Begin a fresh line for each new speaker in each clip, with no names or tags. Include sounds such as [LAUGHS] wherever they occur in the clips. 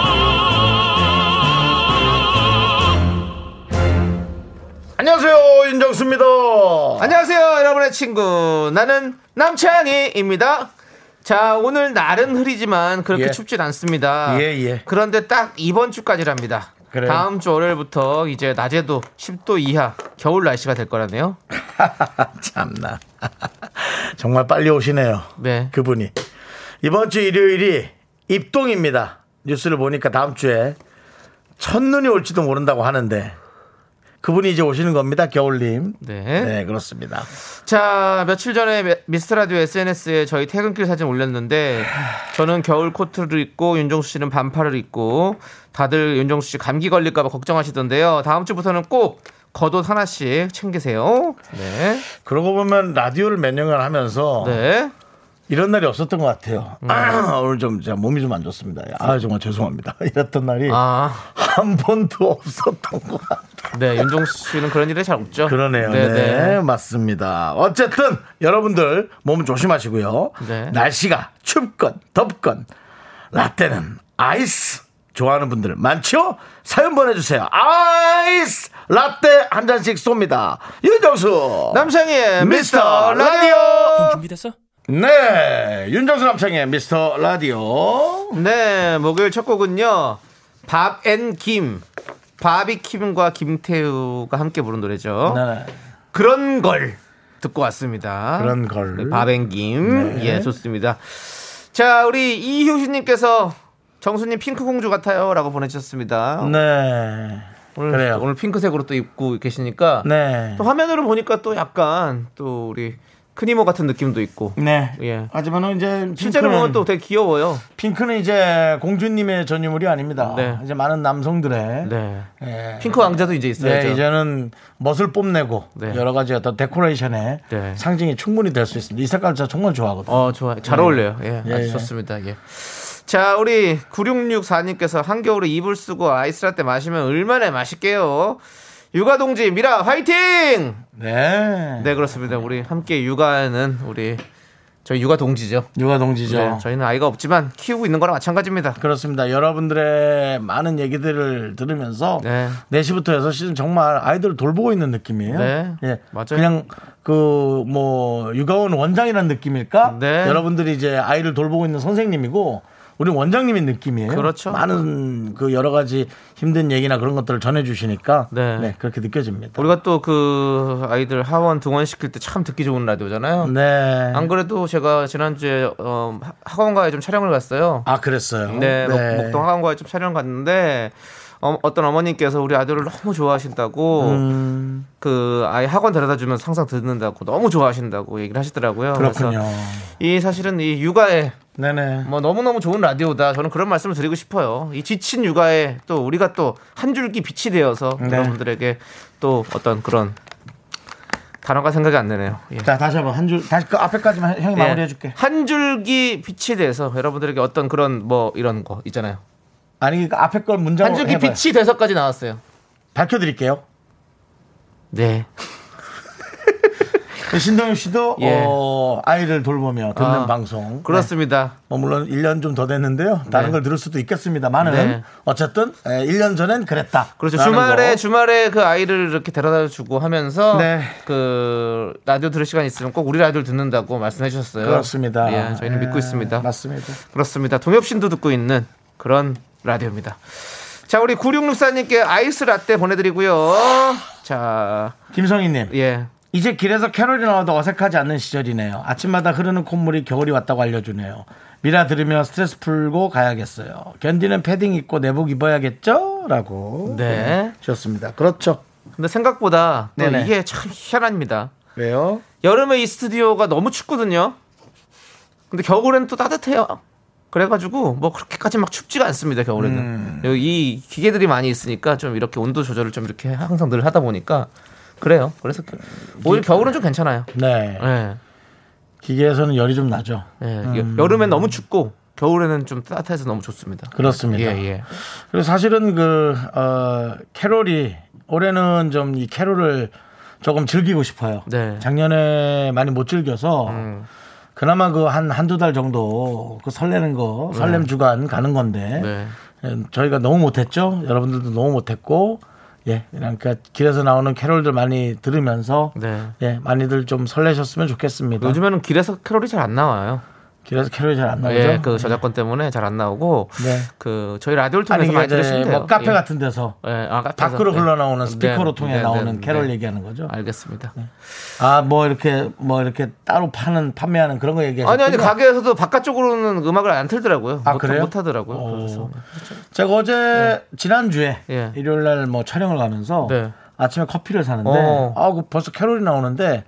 안녕하세요 윤정수입니다.
아. 안녕하세요, 여러분의 친구. 나는 남창희입니다. 자, 오늘 날은 흐리지만 그렇게
예.
춥진 않습니다.
예, 예.
그런데 딱 이번 주까지랍니다.
그래요?
다음 주 월요일부터 이제 낮에도 10도 이하 겨울 날씨가 될 거라네요.
참나 [LAUGHS] 정말 빨리 오시네요.
네.
그분이 이번 주 일요일이 입동입니다. 뉴스를 보니까 다음 주에 첫눈이 올지도 모른다고 하는데 그분이 이제 오시는 겁니다. 겨울님.
네.
네 그렇습니다.
자, 며칠 전에 미스터라디오 SNS에 저희 퇴근길 사진 올렸는데 저는 겨울 코트를 입고 윤정수 씨는 반팔을 입고 다들 윤정수 씨 감기 걸릴까봐 걱정하시던데요. 다음 주부터는 꼭 겉옷 하나씩 챙기세요. 네.
그러고 보면 라디오를 몇 년간 하면서
네. 음.
이런 날이 없었던 것 같아요. 아, [CLEARS THROAT] 오늘 좀 제가 몸이 좀 안 좋습니다. 아 정말 죄송합니다. [LAUGHS] 이랬던 날이
아,
한 번도 없었던 것 같아요.
네. 윤정수 씨는 그런 일이 잘 없죠.
그러네요. 네, 맞습니다. 어쨌든 여러분들 몸 조심하시고요.
네.
날씨가 춥건 덥건 라떼는 아이스 좋아하는 분들 많죠? 사연 보내주세요. 아이스 라떼 한 잔씩 쏩니다. 윤정수 미스터
남창희의 미스터
라디오.
라디오.
준비됐어?
네, 윤정수 남창의 미스터 라디오.
네, 목요일 첫 곡은요. 밥 앤 김. 바비킴과 김태우가 함께 부른 노래죠.
네.
그런 걸 듣고 왔습니다. 네,
그런 걸. 네.
바뱅김. 예, 좋습니다. 자, 우리 이효신님께서 정수님 핑크공주 같아요. 라고 보내주셨습니다.
네.
오늘,
그래요.
오늘 핑크색으로 또 입고 계시니까.
네.
또 화면으로 보니까 또 약간 또 우리 큰이모 같은 느낌도 있고.
네.
예.
하지만 이제 뭐
실제로
핑크는-
보면 또 되게 귀여워요.
핑크는 이제 공주님의 전유물이 아닙니다.
네.
이제 많은 남성들의
네.
예.
핑크 왕자도 이제 있어야죠.
네, 이제는 멋을 뽐내고
네.
여러 가지 어떤 데코레이션의
네.
상징이 충분히 될 수 있습니다. 이 색깔 저 정말 좋아하거든요.
어, 좋아요. 잘 어울려요. 예,
예,
아주
예.
좋습니다. 예. 자, 우리 9664님께서 한겨울에 이불 쓰고 아이스라떼 마시면 얼마나 맛있게요. 육아동지 미라 화이팅!
네.
네, 그렇습니다. 우리 함께 육아는 우리 저희 육아동지죠.
육아 동지죠.
네, 저희는 아이가 없지만 키우고 있는 거랑 마찬가지입니다.
그렇습니다. 여러분들의 많은 얘기들을 들으면서
네.
4시부터 6시는 정말 아이들을 돌보고 있는 느낌이에요.
네.
예.
맞아요.
그냥 그 뭐 육아원 원장이라는 느낌일까?
네.
여러분들이 이제 아이를 돌보고 있는 선생님이고 우리 원장님인 느낌이에요.
그렇죠.
많은 그 여러 가지 힘든 얘기나 그런 것들을 전해 주시니까 네.
네.
그렇게 느껴집니다.
우리가 또 그 아이들 하원 등원시킬 때 참 듣기 좋은 라디오잖아요.
네.
안 그래도 제가 지난주에 어, 하- 학원가에 좀 촬영을 갔어요.
아, 그랬어요.
네, 목, 동학원과좀 촬영 갔는데 어, 어떤 어머님께서 우리 아들을 너무 좋아하신다고
음.
그 아이 학원 데려다 주면서 항상 듣는다고 너무 좋아하신다고 얘기를 하시더라고요.
그렇군요.
래서이 사실은 이 육아에
네네.
뭐 너무너무 좋은 라디오다. 저는 그런 말씀을 드리고 싶어요. 이 지친 육아에 또 우리가 또 한 줄기 빛이 되어서
네.
여러분들에게 또 어떤 그런 단어가 생각이 안 나네요. 예.
자, 다시 한번 한 줄 다시 그 앞에까지만 형이
예.
마무리해 줄게.
한 줄기 빛이 돼서 여러분들에게 어떤 그런 뭐 이런 거 있잖아요.
아니 그 앞에 걸 문장으로
한 줄기
해봐요.
빛이 돼서까지 나왔어요.
밝혀 드릴게요.
네.
신동엽 씨도
[LAUGHS] 예.
어, 아이를 돌보며 듣는
아,
방송.
그렇습니다.
네. 뭐 물론 1년 좀 더 됐는데요. 다른
네.
걸 들을 수도 있겠습니다만은
네.
어쨌든 에, 1년 전엔 그랬다.
그렇죠.
라는
주말에
거.
주말에 그 아이를 이렇게 데려다 주고 하면서
네.
그 라디오 들을 시간 있으면 꼭 우리 라디오를 듣는다고 말씀해 주셨어요.
그렇습니다.
예, 저희는
예,
믿고 있습니다.
맞습니다.
그렇습니다. 동엽신도 듣고 있는 그런 라디오입니다. 자, 우리 9664님께 아이스 라떼 보내드리고요. 자,
김성희님
예.
이제 길에서 캐롤이 나와도 어색하지 않는 시절이네요. 아침마다 흐르는 콧물이 겨울이 왔다고 알려주네요. 미라 들으며 스트레스 풀고 가야겠어요. 견디는 패딩 입고 내복 입어야겠죠?라고
네.
좋습니다. 그렇죠.
근데 생각보다 또
네네.
이게 참 희한합니다.
왜요?
여름에 이 스튜디오가 너무 춥거든요. 근데 겨울엔 또 따뜻해요. 그래가지고 뭐 그렇게까지 막 춥지가 않습니다. 겨울에는
음.
여기 이 기계들이 많이 있으니까 좀 이렇게 온도 조절을 좀 이렇게 항상 늘 하다 보니까 그래요. 그래서 겨- 오히려 겨울은 좀 괜찮아요.
네.
예.
기계에서는 열이 좀 나죠.
예.
음.
여름엔 너무 춥고 겨울에는 좀 따뜻해서 너무 좋습니다.
그렇습니다.
예, 예.
그리고 사실은 그, 어, 캐롤이 올해는 좀 이 캐롤을 조금 즐기고 싶어요.
네. 음.
작년에 많이 못 즐겨서 그나마 그 한, 한두 달 정도 그 설레는 거, 설렘 주간 가는 건데
네.
예, 저희가 너무 못했죠. 여러분들도 너무 못했고 예, 그러니까 길에서 나오는 캐롤들 많이 들으면서
네.
예, 많이들 좀 설레셨으면 좋겠습니다.
요즘에는 길에서 캐롤이 잘 안 나와요.
길에서 캐롤이 잘 안 나오죠.
예, 그 저작권 때문에 잘 안 나오고
아, 네.
그 저희 라디오를
아니
통해서
이게
많이
이제
들으시면 돼요.
뭐 카페
예.
같은 데서
예, 아, 카페에서.
밖으로
네.
흘러나오는 스피커로
네,
통해
네,
나오는
네,
캐롤
네.
얘기하는 거죠.
알겠습니다.
아 뭐 이렇게 뭐 이렇게 따로 파는 판매하는 그런 거 얘기하셨죠.
아니 아니 가게에서도 바깥쪽으로는 음악을 안 틀더라고요.
아,
못,
그래요?
못 하더라고요.
오.
그래서 네.
제가 어제 지난 주에
예.
일요일 날 뭐 촬영을 가면서
네.
아침에 커피를 사는데
어.
아 그 벌써 캐롤이 나오는데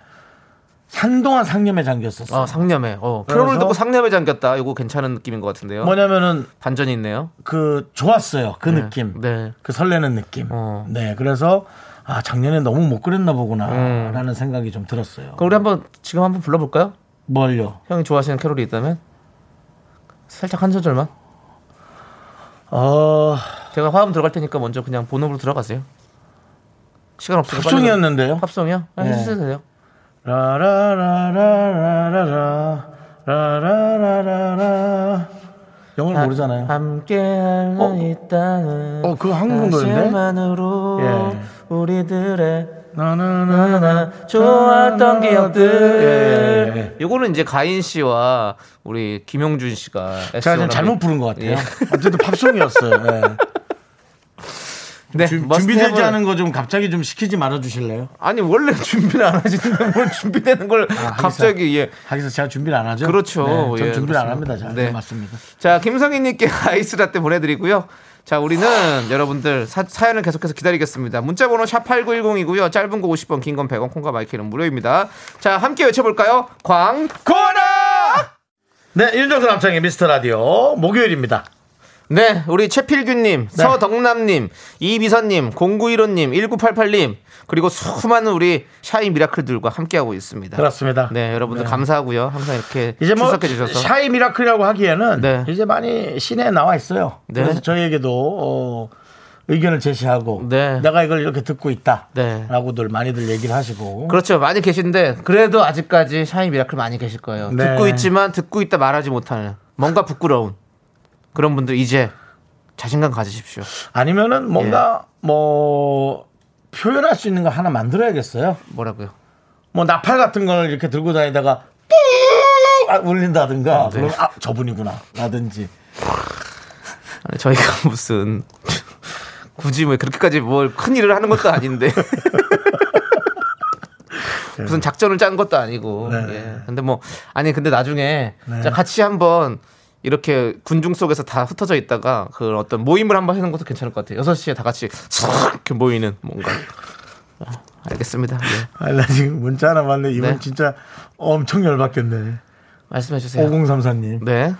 산동안 상념에 잠겼었어.
아,
요
상념에. 어, 캐롤을
그래서-
듣고 상념에 잠겼다. 이거 괜찮은 느낌인 것 같은데요.
뭐냐면은
반전이 있네요.
그 좋았어요 그
네.
느낌
네.
그 설레는 느낌
어.
네 그래서 아 작년에 너무 못 그랬나 보구나
음.
라는 생각이 좀 들었어요
그럼 우리 한번 지금 한번 불러볼까요?
뭘요
형이 좋아하시는 캐롤이 있다면 살짝 한 소절만.
어
제가 화음 들어갈 테니까 먼저 그냥 본업으로 들어가세요. 시간 없으니까 빨리 들어-
팝송이었는데요
팝송이요? 아,
네.
해주세요.
라라라라라라라 라라라라라 영어를 모르잖아요
함께 할나
어?
있다는
어, 그거 한국 노래인데?
사실만으로
예.
우리들의
나나나나
좋았던
아, 네. 예, 예,
기억들.
예.
요거는 이제 가인 씨와 우리 김용준 씨가
제가 지금
SO라는
잘못 부른 것 같아요
예.
[LAUGHS] 어쨌든 팝송이었어요 예.
[LAUGHS] 네,
주-
머스트
준비되지
해볼-
않은 거 좀 갑자기 좀 시키지 말아 주실래요?
아니 원래 준비를 안 하시는데 뭘 준비되는 걸
아,
갑자기 예.
하기서 제가 준비를 안 하죠?
그렇죠.
네, 전 준비를
예, 그렇습니다.
안 합니다. 잘
네.
네, 맞습니다.
자, 김성희님께 [LAUGHS] 아이스 라떼 보내드리고요. 자, 우리는 여러분들 사, 사연을 계속해서 기다리겠습니다. 문자번호 샵8910이고요. 짧은 거 50번, 긴 건 100원, 콩과 마이크는 무료입니다. 자, 함께 외쳐볼까요? 광고라!
네, 윤정수 남창의 미스터 라디오 목요일입니다.
네, 우리 최필규님, 서덕남님, 이비선님, 0915님, 1988님, 그리고 수많은 우리 샤이 미라클들과 함께하고 있습니다.
그렇습니다.
네, 여러분들
네.
감사하고요. 항상 이렇게
이제 뭐
출석해 주셔서.
샤이 미라클이라고 하기에는
네.
이제 많이 시내에 나와 있어요.
네.
그래서 저희에게도 어, 의견을 제시하고
네.
내가 이걸 이렇게 듣고 있다.
네.
라고들 많이들 얘기를 하시고
그렇죠. 많이 계신데 그래도 아직까지 샤이 미라클 많이 계실 거예요.
네.
듣고 있지만 듣고 있다 말하지 못하는 뭔가 부끄러운 그런 분들 이제 자신감 가지십시오.
아니면은 뭔가
예.
뭐 표현할 수 있는 거 하나 만들어야겠어요.
뭐라고요?
뭐 나팔 같은 걸 이렇게 들고 다니다가 아,
네.
울린다든가 그러면 아 저분이구나 라든지
아니, 저희가 [LAUGHS] 무슨 굳이 뭐 그렇게까지 뭘 큰 일을 하는
[LAUGHS]
것도 아닌데 무슨 작전을 짠 것도 아니고.
네.
예. 근데 뭐 아니 근데 나중에
네.
자, 같이 한번 이렇게 군중 속에서 다 흩어져 있다가 그 어떤 모임을 한번 하는 것도 괜찮을 것 같아요. 6시에 다 같이 촤악 이렇게 모이는 뭔가. 어, 알겠습니다. 예.
아니 나 지금 문자 하나 봤네 이분
네.
진짜 엄청 열받겠네
말씀해 주세요.
5034님
네.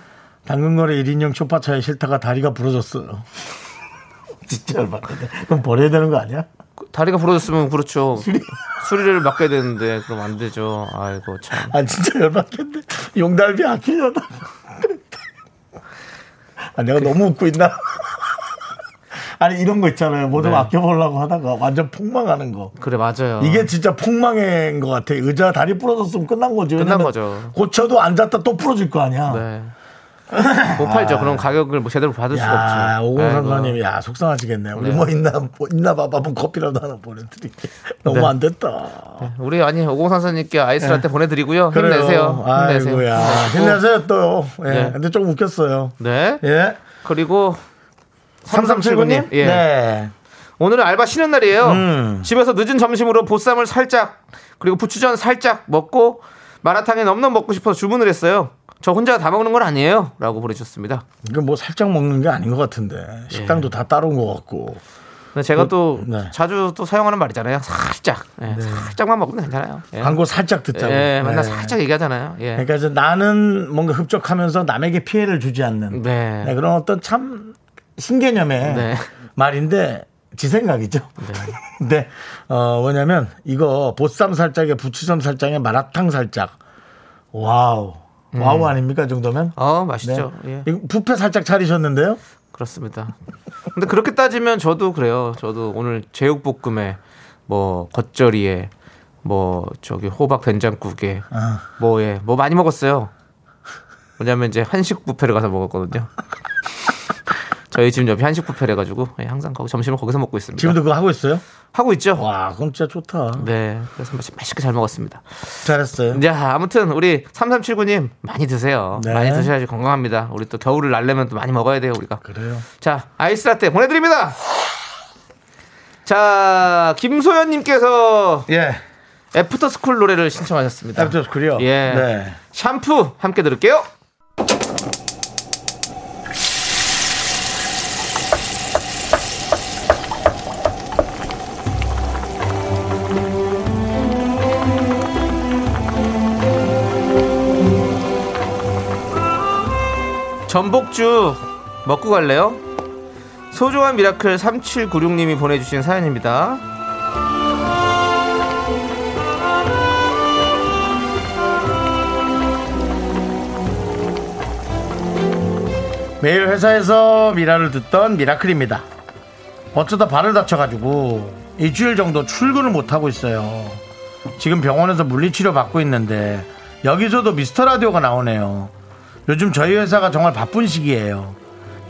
당근거래 1인용 쇼파차에 싫다가 다리가 부러졌어요 [LAUGHS] 진짜 열받겠네 그럼 버려야 되는 거 아니야?
그 다리가 부러졌으면 그렇죠. 수리를 맡게 되는데 그럼 안 되죠. 아이고 참.
아 진짜 열받겠네 용달비 아끼려다 [LAUGHS] 아 내가
그
너무 웃고 있나 [LAUGHS] 아니 이런 거 있잖아요 뭐 좀
네. 어.
아껴보려고 하다가 완전 폭망하는 거
그래 맞아요.
이게 진짜 폭망인 것 같아. 의자 다리 부러졌으면 끝난 거죠.
끝난
왜냐면
거죠.
고쳐도 앉았다 또 부러질 거 아니야.
네. 못 팔죠. 그런 가격을 뭐 제대로 받을 수가
야,
없죠.
오공상관님, 야, 속상하시겠네. 우리
네.
뭐 있나, 뭐 있나 봐봐. 뭐 커피라도 하나 보내드릴게. 너무
네.
안 됐다.
아이고. 우리 아니 오공상사님께 아이스라떼 보내드리고요.
예. 그래요.
힘내세요. 힘내세요.
아이고야.
힘내시고.
힘내세요, 또. 예.
네.
근데 좀 웃겼어요.
네.
예.
그리고
3379 님?
3379님. 예.
네.
오늘은 알바 쉬는 날이에요.
음.
집에서 늦은 점심으로 보쌈을 살짝 그리고 부추전 살짝 먹고 마라탕에 넘넘 먹고 싶어서 주문을 했어요. 저 혼자 다 먹는 건 아니에요라고 보내주셨습니다.
이거 뭐 살짝 먹는 게 아닌 것 같은데.
예.
식당도 다 따로온 것 같고.
근데 제가 또
네.
자주 또 사용하는 말이잖아요. 살짝, 예, 살짝만 먹으면 괜찮아요. 예.
광고 살짝 듣자고.
예,
네.
맨날 살짝 얘기하잖아요. 예.
그러니까 이제 나는 뭔가 흡족하면서 남에게 피해를 주지 않는
네.
네, 그런 어떤 참 신개념의
네.
말인데 지 생각이죠. [LAUGHS] 근데 어 뭐냐면 이거 보쌈 살짝에 부추전 살짝에 마라탕 살짝. 와우. 와우 아닙니까 이 정도면?
어,
네.
맛있죠. 음. 예.
이거 뷔페 살짝 차리셨는데요?
그렇습니다. 근데 그렇게 따지면 저도 그래요. 저도 오늘 제육볶음에 뭐 겉절이에 뭐 저기 호박 된장국에
아.
뭐에 뭐 많이 먹었어요. 왜냐면 이제 한식 뷔페를 가서 먹었거든요. [LAUGHS] 저희 집 옆이 한식 뷔페래 가지고 예, 항상 거기 점심을 거기서 먹고 있습니다.
지금도 그거 하고 있어요?
하고 있죠.
와, 그건 진짜 좋다.
네. 그래서 맛있- 맛있게 잘 먹었습니다.
잘했어요.
자, 아무튼 우리 3379님 많이 드세요.
네.
많이 드셔야지 건강합니다. 우리 또 겨울을 날려면 또 많이 먹어야 돼요, 우리가.
그래요.
자, 아이스 라떼 보내드립니다. 자, 김소연님께서
예.
애프터 스쿨 노래를 신청하셨습니다.
애프터 스쿨이요?
예.
네.
샴푸 함께 들을게요. 전복죽 먹고 갈래요? 소중한 미라클 3796님이 보내주신 사연입니다.
매일 회사에서 미라를 듣던 미라클입니다. 어쩌다 발을 다쳐가지고 일주일 정도 출근을 못하고 있어요. 지금 병원에서 물리치료 받고 있는데 여기서도 미스터 라디오가 나오네요. 요즘 저희 회사가 정말 바쁜 시기예요.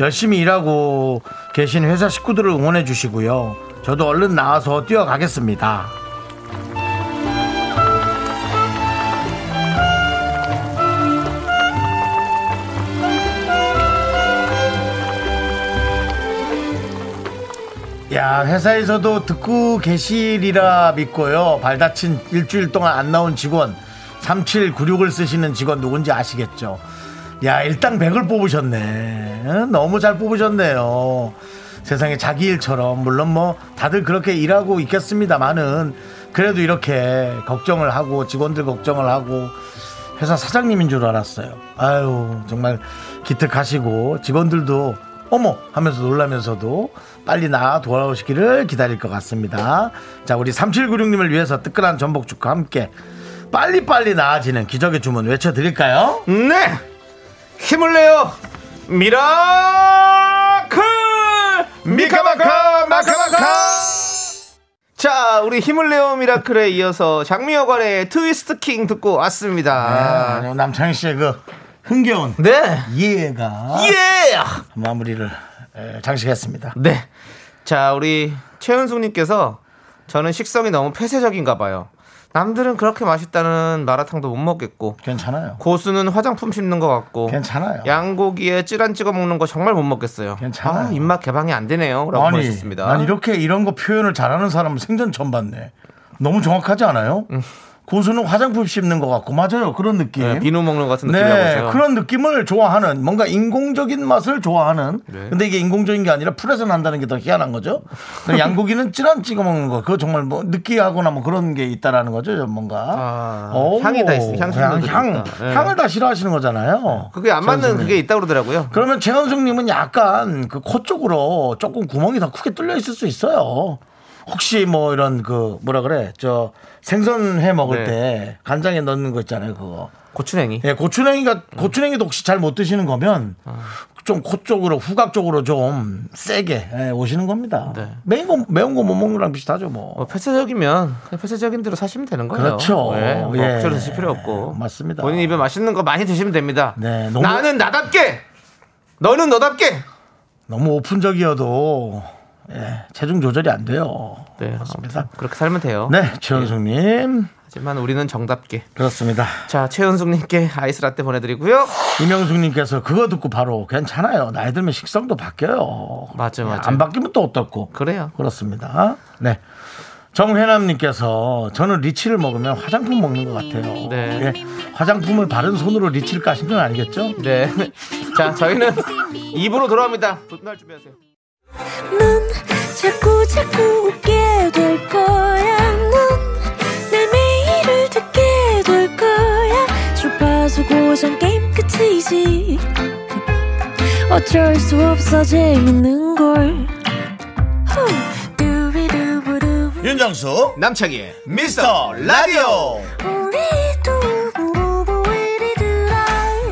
열심히 일하고 계신 회사 식구들을 응원해 주시고요. 저도 얼른 나와서 뛰어가겠습니다. 야, 회사에서도 듣고 계시리라 믿고요. 발 다친 일주일 동안 안 나온 직원, 3796을 쓰시는 직원 누군지 아시겠죠? 야, 일당 100을 뽑으셨네. 응? 너무 잘 뽑으셨네요. 세상에 자기 일처럼, 물론 뭐, 다들 그렇게 일하고 있겠습니다만은, 그래도 이렇게 걱정을 하고, 직원들 걱정을 하고, 회사 사장님인 줄 알았어요. 아유, 정말 기특하시고 직원들도 어머 하면서 놀라면서도 빨리 나 돌아오시기를 기다릴 것 같습니다. 자, 우리 3796님을 위해서 뜨끈한 전복죽과 함께 빨리빨리 나아지는 기적의 주문 외쳐드릴까요?
네! 힘을 내요! 미라클! 미카마카! 마카마카! 자, 우리 힘을 내요 미라클에 이어서 장미여관의 트위스트 킹 듣고 왔습니다.
아, 남창희 씨의 그 흥겨운
네!
이해가
예!
마무리를 에, 장식했습니다.
네. 자, 우리 최은숙님께서 저는 식성이 너무 폐쇄적인가 봐요. 남들은 그렇게 맛있다는 마라탕도 못 먹겠고,
괜찮아요.
고수는 화장품 씹는 것 같고,
괜찮아요.
양고기에 찌란 찍어 먹는 거 정말 못 먹겠어요.
괜찮아요.
아, 입맛 개방이 안 되네요라고 보내셨습니다.
난 이렇게 이런 거 표현을 잘하는 사람은 생전 처음 봤네. 너무 정확하지 않아요? 고수는 화장품 씹는 것 같고 맞아요 그런 느낌.
음. 네, 비누 먹는 것 같은
네,
느낌이라고요.
그런 느낌을 좋아하는 뭔가 인공적인 맛을 좋아하는.
네.
근데 이게 인공적인 게 아니라 풀에서 난다는 게 더 희한한 거죠.
[LAUGHS]
그럼 양고기는 찌란 찍어 먹는 거 그거 정말 뭐 느끼하거나 뭐 그런 게 있다라는 거죠 뭔가.
아, 향이 다 있어요.
향,
향신료도
향,
있다. 네.
향을 다 싫어하시는 거잖아요.
그게 안 맞는 그게 있다고 그러더라고요.
그러면 최현숙님은 약간 그 코 쪽으로 조금 구멍이 더 크게 뚫려 있을 수 있어요. 혹시 뭐 이런 그 뭐라 그래 저 생선회 먹을
네.
때 간장에 넣는 거 있잖아요 그거.
고추냉이.
예, 고추냉이가 고추냉이도 혹시 잘 못 드시는 거면
아.
좀 코 쪽으로 후각 쪽으로 좀 세게 예, 오시는 겁니다.
네.
매운 거 매운 거 못 먹는 거랑 비슷하죠 뭐.
뭐 폐쇄적이면 그냥 폐쇄적인 대로 사시면 되는 거예요.
그렇죠.
예, 뭐
예.
억지로 드실 필요 없고.
맞습니다.
본인 입에 맛있는 거 많이 드시면 됩니다.
네, 너무-
나는 나답게, 너는 너답게.
너무 오픈적이어도 예, 체중 조절이 안 돼요.
네,
그렇습니다.
아무튼 그렇게 살면 돼요.
네, 최현숙님
하지만 우리는 정답게.
그렇습니다.
자, 최은숙님께 아이스 라떼 보내드리고요.
이명숙님께서 그거 듣고 바로 괜찮아요. 나이 들면 식성도 바뀌어요. 예,
맞아요, 맞아요.
안 바뀌면 또 어떻고.
그래요.
그렇습니다. 네. 정회남님께서 저는 리치를 먹으면 화장품 먹는 것 같아요.
네.
예. 화장품을 바른 손으로 리치를 까신 건 아니겠죠?
네. [LAUGHS] 자, 저희는 입으로 돌아옵니다. 분할 준비하세요.
넌 자꾸 자꾸 웃게 될 거야. 넌내 매일을 듣게 될 거야. 주파수 고정 게임 끝이지. 어쩔 수 없어 재밌는 걸. 후.
윤정수
남창희의
어? 미스터 라디오
우리 두부부부 이리들아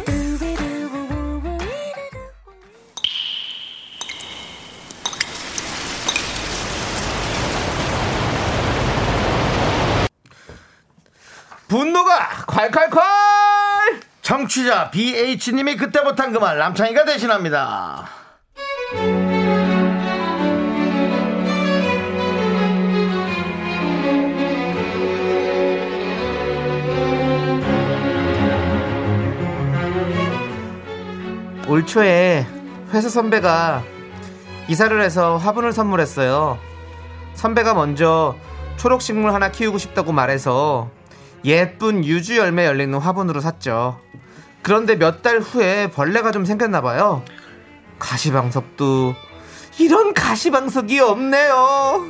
두비두부부부 이리들아
분노가 콸콸콸!
청취자 BH님이 그때 못한 그 말 남창희가 대신합니다.
올 초에 회사 선배가 이사를 해서 화분을 선물했어요. 선배가 먼저 초록식물 하나 키우고 싶다고 말해서 예쁜 유주 열매 열리는 화분으로 샀죠. 그런데 몇 달 후에 벌레가 좀 생겼나 봐요. 가시방석도 이런 가시방석이 없네요.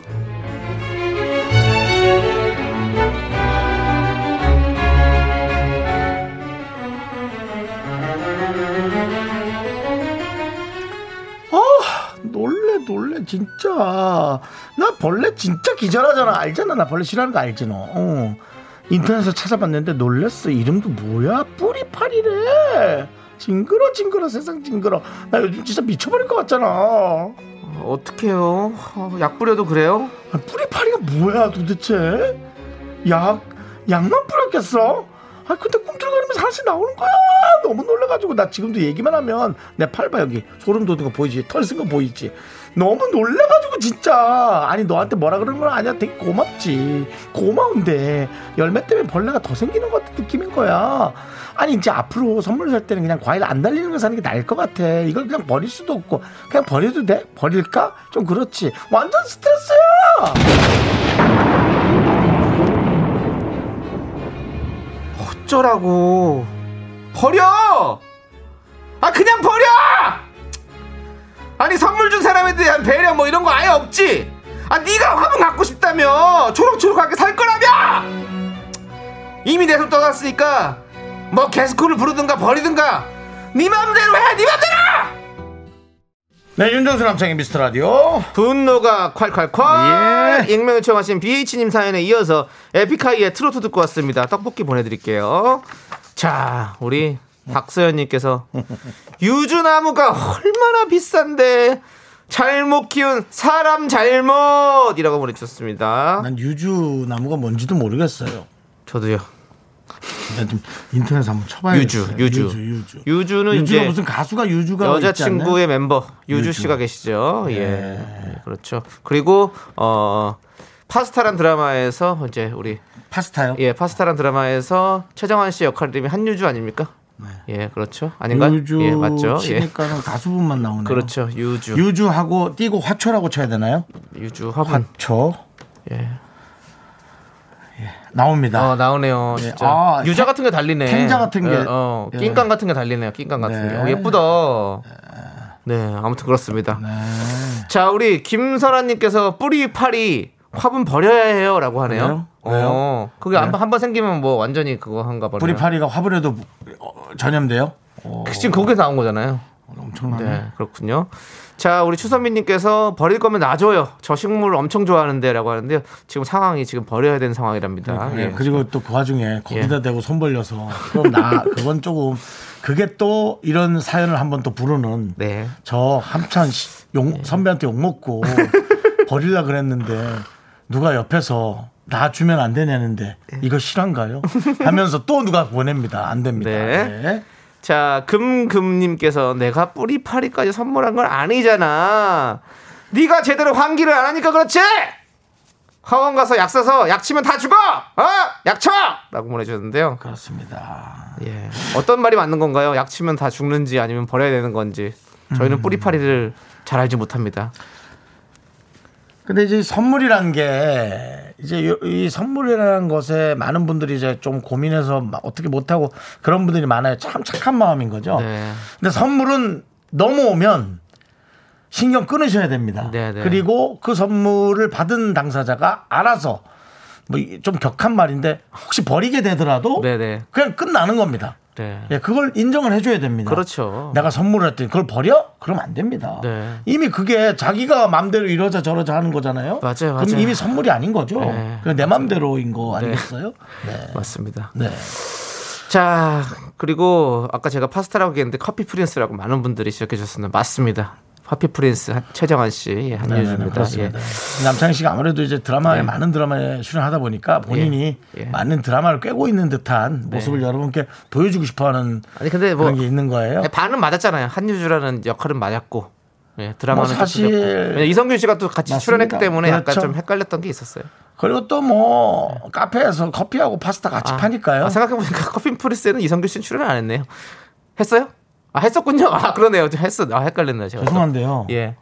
놀래 놀래 진짜 나 벌레 진짜 기절하잖아 알잖아 나 벌레 싫어하는 거 알지 너 어. 인터넷에서 찾아봤는데 놀랬어 이름도 뭐야 뿌리파리래 징그러 징그러 세상 징그러 나 요즘 진짜 미쳐버릴 것 같잖아
어떡해요? 어, 약 뿌려도 그래요?
아, 뿌리파리가 뭐야 도대체 약 약만 뿌렸겠어 아 근데 꿈틀거리면서 하나씩 나오는 거야 너무 놀래가지고 나 지금도 얘기만 하면 내 팔 봐 여기 소름 돋는 거 보이지 털 쓴 거 보이지 너무 놀래가지고 진짜 아니 너한테 뭐라 그러는 건 아니야 되게 고맙지 고마운데 열매 때문에 벌레가 더 생기는 것 같은 느낌인 거야 아니 이제 앞으로 선물 살 때는 그냥 과일 안 달리는 거 사는 게 나을 것 같아 이걸 그냥 버릴 수도 없고 그냥 버려도 돼 버릴까 좀 그렇지 완전 스트레스야.
어쩌라고 버려 아 그냥 버려 아니 선물 준 사람에 대한 배려 뭐 이런 거 아예 없지 아 네가 화분 갖고 싶다며 초록초록하게 살 거라며 이미 내 손 떠났으니까 뭐 게스코를 부르든가 버리든가 네 맘대로 해네 맘대로
네, 윤정수 남창의 미스터 라디오.
분노가 콸콸콸
예.
익명 요청하신 BH님 사연에 이어서 에픽하이의 트로트 듣고 왔습니다 떡볶이 보내드릴게요 자 우리 박서연님께서 유주나무가 얼마나 비싼데 잘못 키운 사람 잘못이라고 보내주셨습니다
난 유주 나무가 뭔지도 모르겠어요.
저도요
난 좀 인터넷 한번 쳐봐야겠어요.
유주, 유주.
유주.
유주는
유주가
이제
무슨 가수가 유주가
여자친구의 멤버 유주
유주. 네.
씨가 계시죠 예 그렇죠 그리고 어 파스타란 드라마에서 이제 우리
있지 않나요? 파스타요.
예, 파스타란 드라마에서 최정환 씨 역할님이 한유주 아닙니까? 예, 그렇죠. 아닌가요?
네. 유주
예, 맞죠. 예.
치니까는 가수분만 나오네요.
그렇죠. 음. 유주. 유...
유주하고 띄고 화초라고 쳐야 되나요?
주 화분.
화초
예.
나옵니다.
어, 나오네요.
예.
진짜.
아,
유자 같은 게 달리네.
탱자 같은 게.
예, 어,
예.
낑깡 같은 게 달리네요. 낑깡 같은 게.
네.
어, 예쁘다. 네, 아무튼 그렇습니다.
네.
자, 우리 김선아 님께서 뿌리 파리 화분 버려야 해요라고 하네요.
왜요? 왜요? 네.
어, 그게 한번 한번 생기면 뭐 완전히 그거 한가 보네요. 아,
뿌리파리가 화분에도 어, 전염돼요? 어,
지금 거기서 나온 거잖아요.
엄청나네.
네, 그렇군요. 자, 우리 추선미님께서 버릴 거면 놔줘요. 저 식물 엄청 좋아하는데라고 하는데요. 지금 상황이 지금 버려야 되는 상황이랍니다.
예,
예.
그리고 또 그 와중에 거기다 대고 손 벌려서 그럼 나 그건 조금 그게 또 이런 사연을 한번 또 부르는
네.
저 한참 시- 욕- 선배한테 욕
[LAUGHS]
먹고 버릴라 그랬는데 누가 옆에서 나 주면 안 되냐는데
네.
이거 실한가요? 하면서 또 누가 보냅니다. 안 됩니다.
네.
네.
자, 금금님께서 내가 뿌리파리까지 선물한 건 아니잖아. 네가 제대로 환기를 안 하니까 그렇지. 학원 가서 약 사서 약 치면 다 죽어. 어? 약 쳐! 라고 보내주셨는데요.
그렇습니다.
예. 어떤 말이 맞는 건가요? 약 치면 다 죽는지 아니면 버려야 되는 건지. 저희는
음.
뿌리파리를 잘 알지 못합니다.
근데 이제 선물이란 게 이제 요- 이 선물이라는 것에 많은 분들이 이제 좀 고민해서 마- 어떻게 못하고 그런 분들이 많아요. 참 착한 마음인 거죠.
네.
근데 선물은 넘어오면 신경 끊으셔야 됩니다.
네, 네.
그리고 그 선물을 받은 당사자가 알아서 뭐 좀 격한 말인데 혹시 버리게 되더라도
네네.
그냥 끝나는 겁니다.
네.
예, 그걸 인정을 해줘야 됩니다.
그렇죠.
내가 선물을 했더니 그걸 버려? 그럼 안 됩니다.
네.
이미 그게 자기가 마음대로 이러자 저러자 하는 거잖아요. 그럼
맞아요, 맞아요.
이미 선물이 아닌 거죠.
네.
그냥 내 마음대로인 거
[LAUGHS]
아니겠어요? 네.
맞습니다.
네.
자, 그리고 아까 제가 파스타라고 얘기했는데 커피 프린스라고 많은 분들이 지적해 주셨습니다. 맞습니다. 커피 프린스 한- 최정환 씨 예,
네네네,
한유주입니다. 예.
그렇습니다. 예. 남창희 씨가 아무래도 이제 드라마에
네.
많은 드라마에 출연하다 보니까 본인이
예. 네.
많은 드라마를 꿰고 있는 듯한 모습을 여러분께 보여주고 싶어하는
아니 근데 뭐
그런 게 있는 거예요.
아니, 반은 맞았잖아요. 한유주라는 역할은 맞았고. 예, 드라마는
뭐 사실-
좀 틀렸고. 왜냐면 이성균 씨가 또 같이
맞습니다.
출연했기 때문에
그렇죠.
약간 좀 헷갈렸던 게 있었어요.
그리고 또 뭐 카페에서 커피하고 파스타 같이 파니까요.
아, 생각해보니까 [LAUGHS] 커피 프린스에는 이성균 씨는 출연 안 했네요. 했어요? 아 했었군요. 아 그러네요. 좀 했어. 아 헷갈렸네요. 제가.
죄송한데요.
예.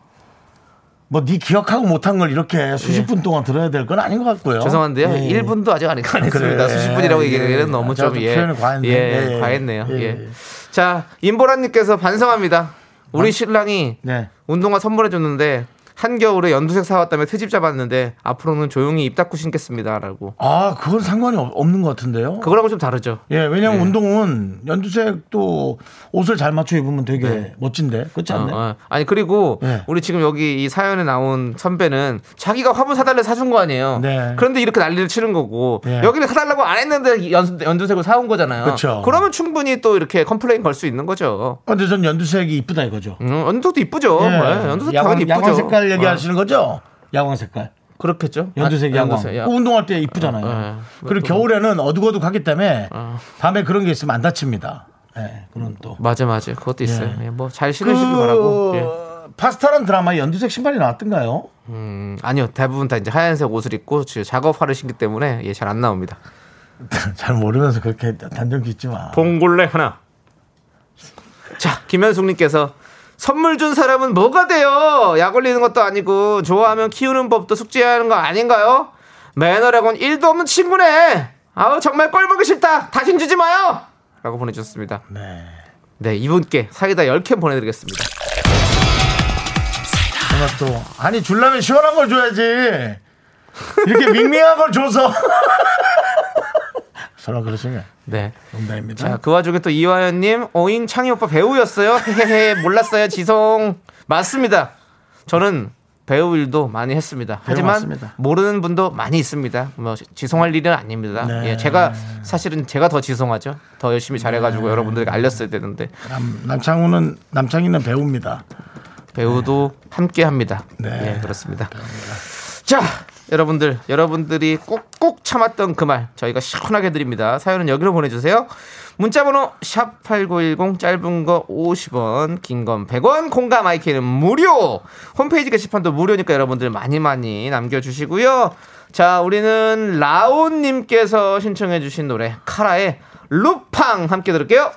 뭐 네 기억하고 못한 걸 이렇게 수십 분 동안 들어야 될 건 아닌 것 같고요.
예. 죄송한데요.
예, 예.
1분도 아직 안, 안 했습니다.
그래.
수십 분이라고 얘기는
예.
너무
아, 저도
좀 예.
표현이 과했네.
예,
예.
과했네요.
예.
예. 자, 임보란 님께서 반성합니다. 우리 신랑이
네.
운동화 선물해 줬는데 한겨울에 연두색 사왔다며 트집 잡았는데 앞으로는 조용히 입 닫고 신겠습니다라고.
아 그건 상관이 없- 없는 것 같은데요.
그거랑은 좀 다르죠.
예, 왜냐면 운동은 연두색도 옷을 잘 맞춰 입으면 되게
네.
멋진데 그렇지 않나요?
어, 어. 아니 그리고
네.
우리 지금 여기 이 사연에 나온 선배는 자기가 화분 사달래 사준 거 아니에요.
네.
그런데 이렇게 난리를 치는 거고
네.
여기를 사달라고 안 했는데 연, 연두색으로 사온 거잖아요.
그쵸.
러면 충분히 또 이렇게 컴플레인 걸 수 있는 거죠.
근데 전 연두색이 이쁘다 이거죠.
음, 연두색도 이쁘죠.
예.
네, 연두색
야광,
당연히 이쁘죠.
야광 색깔
어,
얘기하시는 거죠? 야광 색깔.
그렇겠죠.
연두색
아,
야광.
연두색, 야-
그거 운동할 때 이쁘잖아요.
어, 예.
그리고
그것도-
겨울에는 어둑어둑하기 때문에
어.
밤에 그런 게 있으면 안 다칩니다. 예, 그런 또.
맞아 맞아. 그것도 있어요.
예.
예, 뭐잘 신으시길 바라고. 예.
파스타라는 드라마에 연두색 신발이 나왔던가요? [LAUGHS]
음, 아니요 대부분 다 이제 하얀색 옷을 입고 지금 작업화를 신기 때문에 예, 잘 안 나옵니다.
잘 모르면서 그렇게 단정 짓지 마.
봉골레 하나. 자, 김현숙님께서 선물 준 사람은 뭐가 돼요? 약 올리는 것도 아니고 좋아하면 키우는 법도 숙제해야 하는 거 아닌가요? 매너라곤 일도 없는 친구네. 아우 정말 꼴보기 싫다. 다신 주지 마요. 라고 보내주셨습니다.
네.
네, 이분께 사이다 10캔 보내드리겠습니다.
정말 또 아니 줄라면 시원한 걸 줘야지. 이렇게 밍밍한 걸 줘서. [LAUGHS] 설마 그러시냐?
네.
농담입니다.
자, 그 와중에 또 이화연님, 어잉 창희 오빠 배우였어요? 헤헤헤, 몰랐어요, 지성. 맞습니다. 저는 배우 일도 많이 했습니다. 하지만
맞습니다.
모르는 분도 많이 있습니다. 뭐 지성할 일은 아닙니다.
네.
예, 제가 사실은 제가 더 지성하죠. 더 열심히 잘해가지고
네.
여러분들에게 알렸어야 되는데
남, 남창우는 남창이는 배우입니다.
배우도 함께합니다.
네.
예, 그렇습니다. 자, 여러분들, 여러분들이 꾹꾹 참았던 그 말 저희가 시원하게 드립니다. 사연은 여기로 보내주세요. 문자번호 샵 #8910 짧은 거 50원, 긴 건 100원, 공감 아이키는 무료. 홈페이지 게시판도 무료니까 여러분들 많이 많이 남겨주시고요. 자, 우리는 라온님께서 신청해주신 노래 카라의 루팡 함께 들을게요.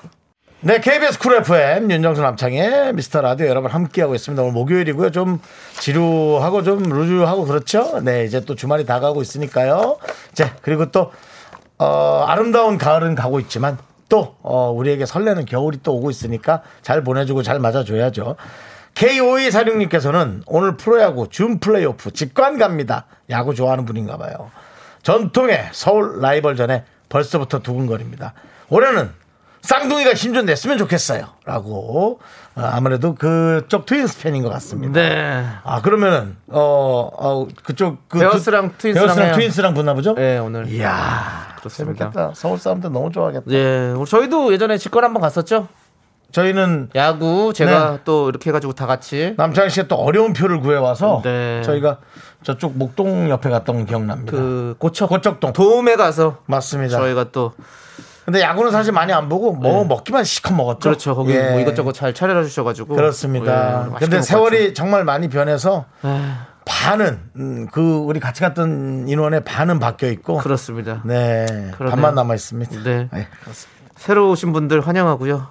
네, KBS 쿨 FM 윤정수 남창의 미스터 라디오 여러분 함께하고 있습니다. 오늘 목요일이고요. 좀 지루하고 좀 루즈하고 그렇죠? 네, 이제 또 주말이 다가오고 있으니까요. 자, 그리고 또 어, 아름다운 가을은 가고 있지만 또 어, 우리에게 설레는 겨울이 또 오고 있으니까 잘 보내주고 잘 맞아줘야죠. K5246님께서는 오늘 프로야구 준 플레이오프 직관 갑니다. 야구 좋아하는 분인가 봐요. 전통의 서울 라이벌전에 벌써부터 두근거립니다. 올해는 쌍둥이가 힘 좀 냈으면 좋겠어요. 라고. 어, 아무래도 그쪽 트윈스 팬인 것 같습니다.
네.
아, 그러면은, 어, 어, 그쪽 그.
베어스랑
두-
트윈스랑
베어스랑
해요.
트윈스랑 붙나 보죠?
네, 오늘.
이야.
그렇습니다.
예, 재밌겠다. 서울 사람들 너무 좋아하겠다.
예, 우리 저희도 예전에 직관 한번 갔었죠.
저희는
야구
네.
제가 또 이렇게 해가지고 다 같이
남창희 씨의 또 어려운 표를 구해와서
네.
저희가 저쪽 목동 옆에 갔던 거 기억납니다.
그
고척. 고척동.
도움에 가서
맞습니다.
저희가 또
근데 야구는 사실 많이 안 보고 뭐 먹기만 시컷 먹었죠.
그렇죠 거기
예.
뭐 이것저것 예, 잘 차려 주셔가지고
그렇습니다. 근데 세월이 정말 많이 변해서
아,
반은 음, 그 우리 같이 갔던 인원의 반은 바뀌어 있고
그렇습니다.
네
그러네요.
반만 남아 있습니다.
네.
네,
새로 오신 분들
[LAUGHS]
환영하고요.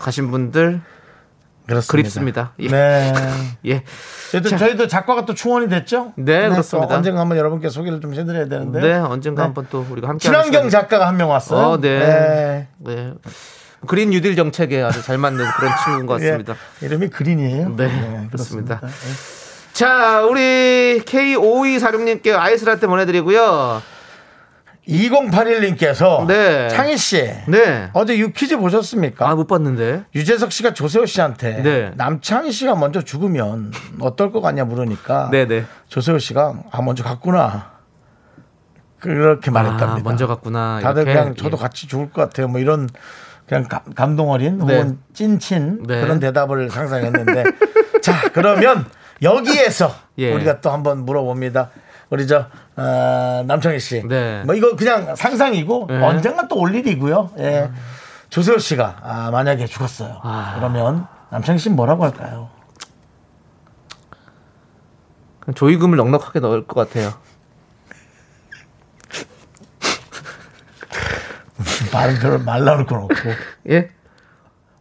가신 분들
그렇습니다.
그립습니다. 예.
네.
예.
여튼 저희도 작가가 또 충원이 됐죠?
네, 그렇습니다.
또 언젠가 한번 여러분께 소개를 좀 해드려야 되는데.
네, 언젠가
네.
한번 또 우리가 함께 하는
친환경
시간이-
작가가 한 명 왔어요.
어, 네. 네. 그린 뉴딜 정책에 아주
[LAUGHS]
잘 맞는 그런 친구인 것 같습니다.
예, 이름이 그린이에요.
네, 그렇습니다.
예.
자, 우리 K5246님께 아이스 라떼 보내드리고요.
2081님께서
네.
창희 씨
네.
어제 유퀴즈 보셨습니까?
아, 못 봤는데.
유재석 씨가 조세호 씨한테
네.
남창희 씨가 먼저 죽으면 어떨 것 같냐 물으니까
아, 네네.
조세호 씨가 아 먼저 갔구나 그렇게 말했답니다.
아, 먼저 갔구나.
다들
이렇게.
그냥 저도
예.
같이 죽을 것 같아요. 뭐 이런 그냥 감, 감동 어린
네.
혹은 찐친
네.
그런 대답을 항상 했는데 [LAUGHS] 자 그러면 여기에서
예.
우리가 또 한번 물어봅니다. 우리 저 어, 남창희 씨,
네.
뭐 이거 그냥 상상이고
네.
언젠가 또 올 일이고요. 예. 조세호 씨가 아, 만약에 죽었어요.
아.
그러면 남창희 씨는 뭐라고 할까요?
그냥 조이금을 넉넉하게 넣을 것 같아요.
말은 그런 말 나올 건 없고
예?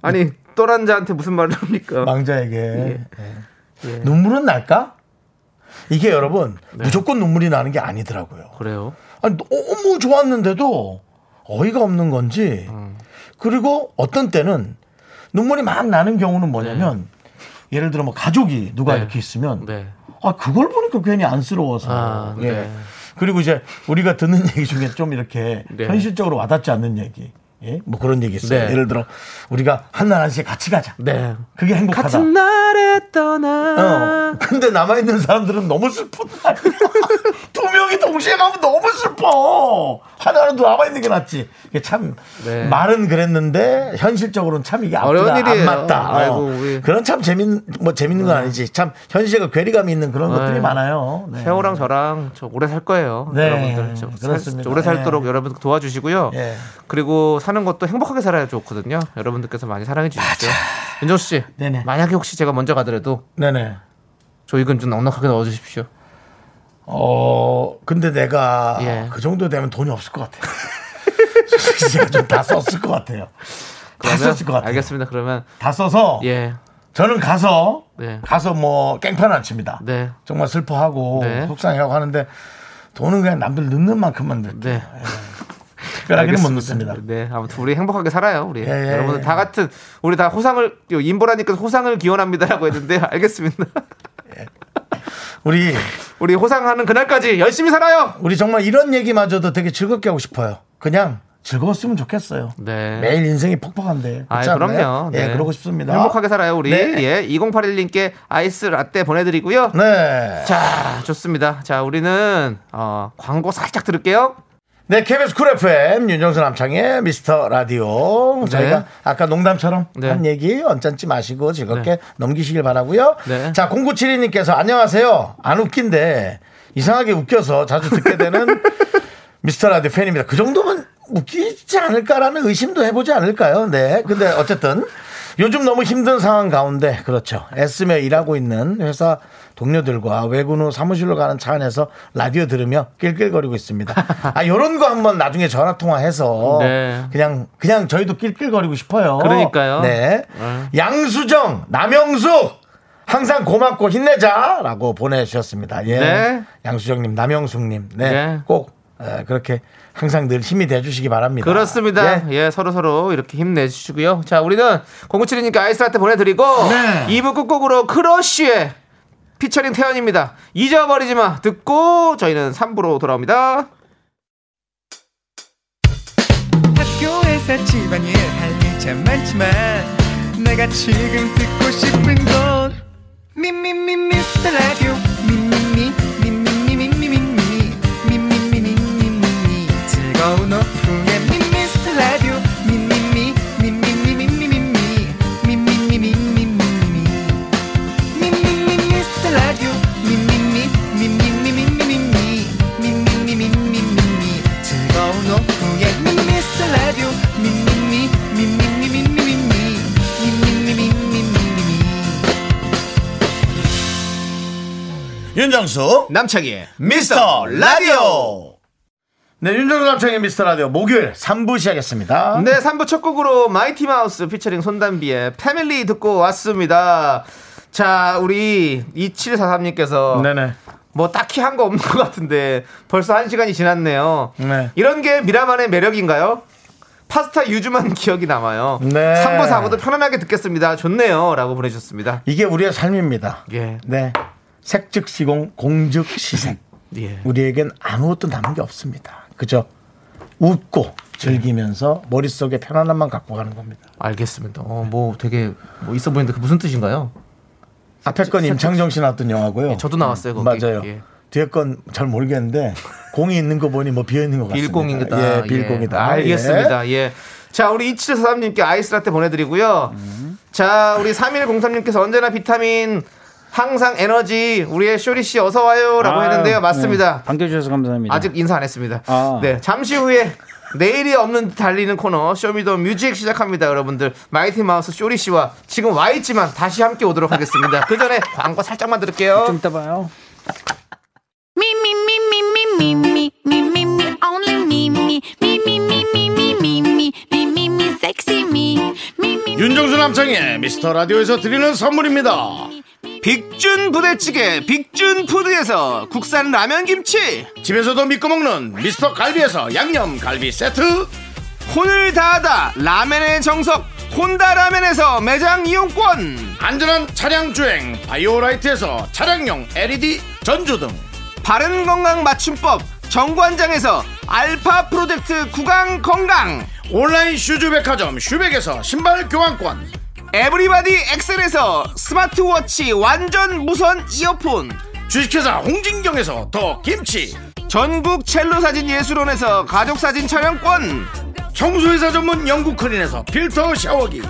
아니, 또란자한테 무슨 말을 합니까?
망자에게 예. 눈물은 날까? 이게 여러분
네.
무조건 눈물이 나는 게 아니더라고요.
그래요.
아니, 너무 좋았는데도 어이가 없는 건지
음.
그리고 어떤 때는 눈물이 막 나는 경우는 뭐냐면 예를 들어 뭐 가족이 누가
네.
이렇게 있으면
네.
아 그걸 보니까 괜히 안쓰러워서
아,
예.
네.
그리고 이제 우리가 듣는 [LAUGHS] 얘기 중에 좀 이렇게
네.
현실적으로 와닿지 않는 얘기 예? 뭐 그런 얘기 있어요
네.
예를 들어 우리가 한날 한시에 같이 가자
네.
그게 행복하다
같은 날에 떠나.
어. 근데 남아있는 사람들은 너무 슬픈 날이야. [LAUGHS] 두 명이 동시에 가면 너무 슬퍼. 하나라도 남아있는 게 낫지. 이게 참,
네.
말은 그랬는데, 현실적으로는 참 이게
어려운
앞뒤가 안
일이에요.
맞다. 어.
아이고, 우리.
그런 참 재밌, 뭐 재밌는 건 아니지. 참, 현실과 괴리감이 있는 그런 것들이
네.
많아요. 네.
세호랑 저랑 저 오래 살 거예요.
네,
여러분들 저 살-
그렇습니다.
저 오래 살도록
예.
여러분 도와주시고요.
예.
그리고 사는 것도 행복하게 살아야 좋거든요. 여러분들께서 많이 사랑해 주십시오. 윤정 씨,
네네.
만약에 혹시 제가 먼저 가더라도
네네.
조이금 좀 넉넉하게 넣어주십시오.
어, 근데 내가
예.
그 정도 되면 돈이 없을 것 [LAUGHS] 같아. 솔직히 제가 좀 다 썼을 것 같아요. 다 썼을 것 같아요.
알겠습니다. 그러면
다 써서
예,
저는 가서
네.
가서 뭐 깽판 안 칩니다.
네.
정말 슬퍼하고
네.
속상해하고 하는데 돈은 그냥 남들 넣는 만큼만 넣.
네.
뼈라기는 못
알겠습니다.
넣습니다.
네, 아무튼 우리 행복하게 살아요. 우리
예, 예,
여러분들
예.
다 같은 우리 다 호상을 인보라니까 호상을 기원합니다라고 했는데 [LAUGHS] 알겠습니다.
우리
우리 호상하는 그날까지 열심히 살아요.
우리 정말 이런 얘기마저도 되게 즐겁게 하고 싶어요. 그냥 즐거웠으면 좋겠어요.
네.
매일 인생이 퍽퍽한데.
아,
그렇지 않나요?
그럼요. 네.
예, 그러고 싶습니다.
행복하게 살아요, 우리.
네.
예, 2081님께 아이스 라떼 보내드리고요.
네.
자, 좋습니다. 자, 우리는 어, 광고 살짝 들을게요.
네, KBS 쿨 FM 윤정수 남창의 미스터 라디오 저희가 아까 농담처럼
네.
한 얘기 언짢지 마시고 즐겁게 넘기시길 바라고요.
네.
자, 0972님께서 안녕하세요. 안 웃긴데 이상하게 웃겨서 자주 듣게 되는 [LAUGHS] 미스터 라디오 팬입니다. 그 정도면 웃기지 않을까라는 의심도 해보지 않을까요? 네. 근데 어쨌든 요즘 너무 힘든 상황 가운데 그렇죠. 애쓰며 일하고 있는 회사 동료들과 외근 후 사무실로 가는 차 안에서 라디오 들으며 낄낄거리고 있습니다. 아 요런 거 한번 나중에 전화 통화해서
네.
그냥 그냥 저희도 낄낄거리고 싶어요.
그러니까요.
네. 양수정, 남영숙 항상 고맙고 힘내자라고 보내주셨습니다. 예.
네.
양수정님, 남영숙님, 네,
네.
꼭 에, 그렇게 항상 늘 힘이 돼주시기 바랍니다.
그렇습니다.
예.
예, 서로서로 이렇게 힘내주시고요. 자, 우리는 0972님께 아이스 라떼 보내드리고
네.
2부 끝곡으로 크러쉬의 피처링 태연입니다. 잊어버리지 마. 듣고 저희는 3부로 돌아옵니다.
학교에서 집안일 할 일 참 많지만 내가 지금 듣고 싶은 건 미미미 미스터 라디오 미미미 미미미 미미미 미미미 미미미 즐거운 오후에 미스터 라디오 미미미 미미미 미미미 미미미 미미미
윤정수
남창희의
미스터 라디오
네, 윤정수 남창의 미스터 라디오 목요일 3부 시작했습니다.
네, 3부 첫 곡으로 마이티 마우스 피처링 손담비의 패밀리 듣고 왔습니다. 자, 우리 2743님께서
네네.
뭐 딱히 한 거 없는 것 같은데 벌써 한 시간이 지났네요.
네.
이런 게 미라만의 매력인가요? 파스타 유주만 [LAUGHS] 기억이 남아요.
네.
3부 4부도 편안하게 듣겠습니다. 좋네요. 라고 보내주셨습니다.
이게 우리의 삶입니다.
예.
네. 색즉시공, 공즉시색.
예.
우리에겐 아무것도 남은 게 없습니다. 그죠? 웃고 즐기면서 머릿속에 편안함만 갖고 가는 겁니다.
알겠습니다. 어, 뭐 되게 뭐 있어 보이는데 그 무슨 뜻인가요?
앞에 건 임창정 씨 나왔던 영화고요.
예, 저도 나왔어요, 거기.
맞아요.
예.
뒤에 건 잘 모르겠는데 공이 있는 거 보니 뭐 비어 있는 것 같습니다.
빌공입니다.
예, 빌공이다.
예, 알겠습니다. 예. 자, 우리 2743님께 아이스 라떼 보내드리고요.
음.
자, 우리 3103님께서 언제나 비타민, 항상 에너지, 우리의 쇼리씨 어서와요. 라고
아,
했는데요.
네.
맞습니다.
반겨주셔서 감사합니다.
아직 인사 안 했습니다.
아.
네, 잠시 후에 내일이 없는 듯 달리는 코너 쇼미더 뮤직 시작합니다, 여러분들. 마이티 마우스 쇼리 씨와 지금 와 있지만 다시 함께 오도록 하겠습니다. 그 전에 광고 살짝만 들을게요.
좀 이따 봐요.
Me, me, me, me, me, me, me, me, me, me, only me, me, me, me, me, me, me, me, me, me, me, me, sexy me, me, me,
윤정수 남창의 미스터 라디오에서 드리는 선물입니다.
빅준 부대찌개, 빅준 푸드에서 국산 라면 김치,
집에서도 믿고 먹는 미스터 갈비에서 양념 갈비 세트.
혼을 다하다 라면의 정석, 혼다 라면에서 매장 이용권,
안전한 차량 주행 바이오라이트에서 차량용 LED 전조등.
바른 건강 맞춤법 정관장에서 알파 프로젝트 구강 건강.
온라인 슈즈 백화점 슈백에서 신발 교환권.
에브리바디 엑셀에서 스마트워치 완전 무선 이어폰
주식회사 홍진경에서 더 김치.
전국 첼로 사진 예술원에서 가족 사진 촬영권
청소회사 전문 영국 크린에서 필터 샤워기.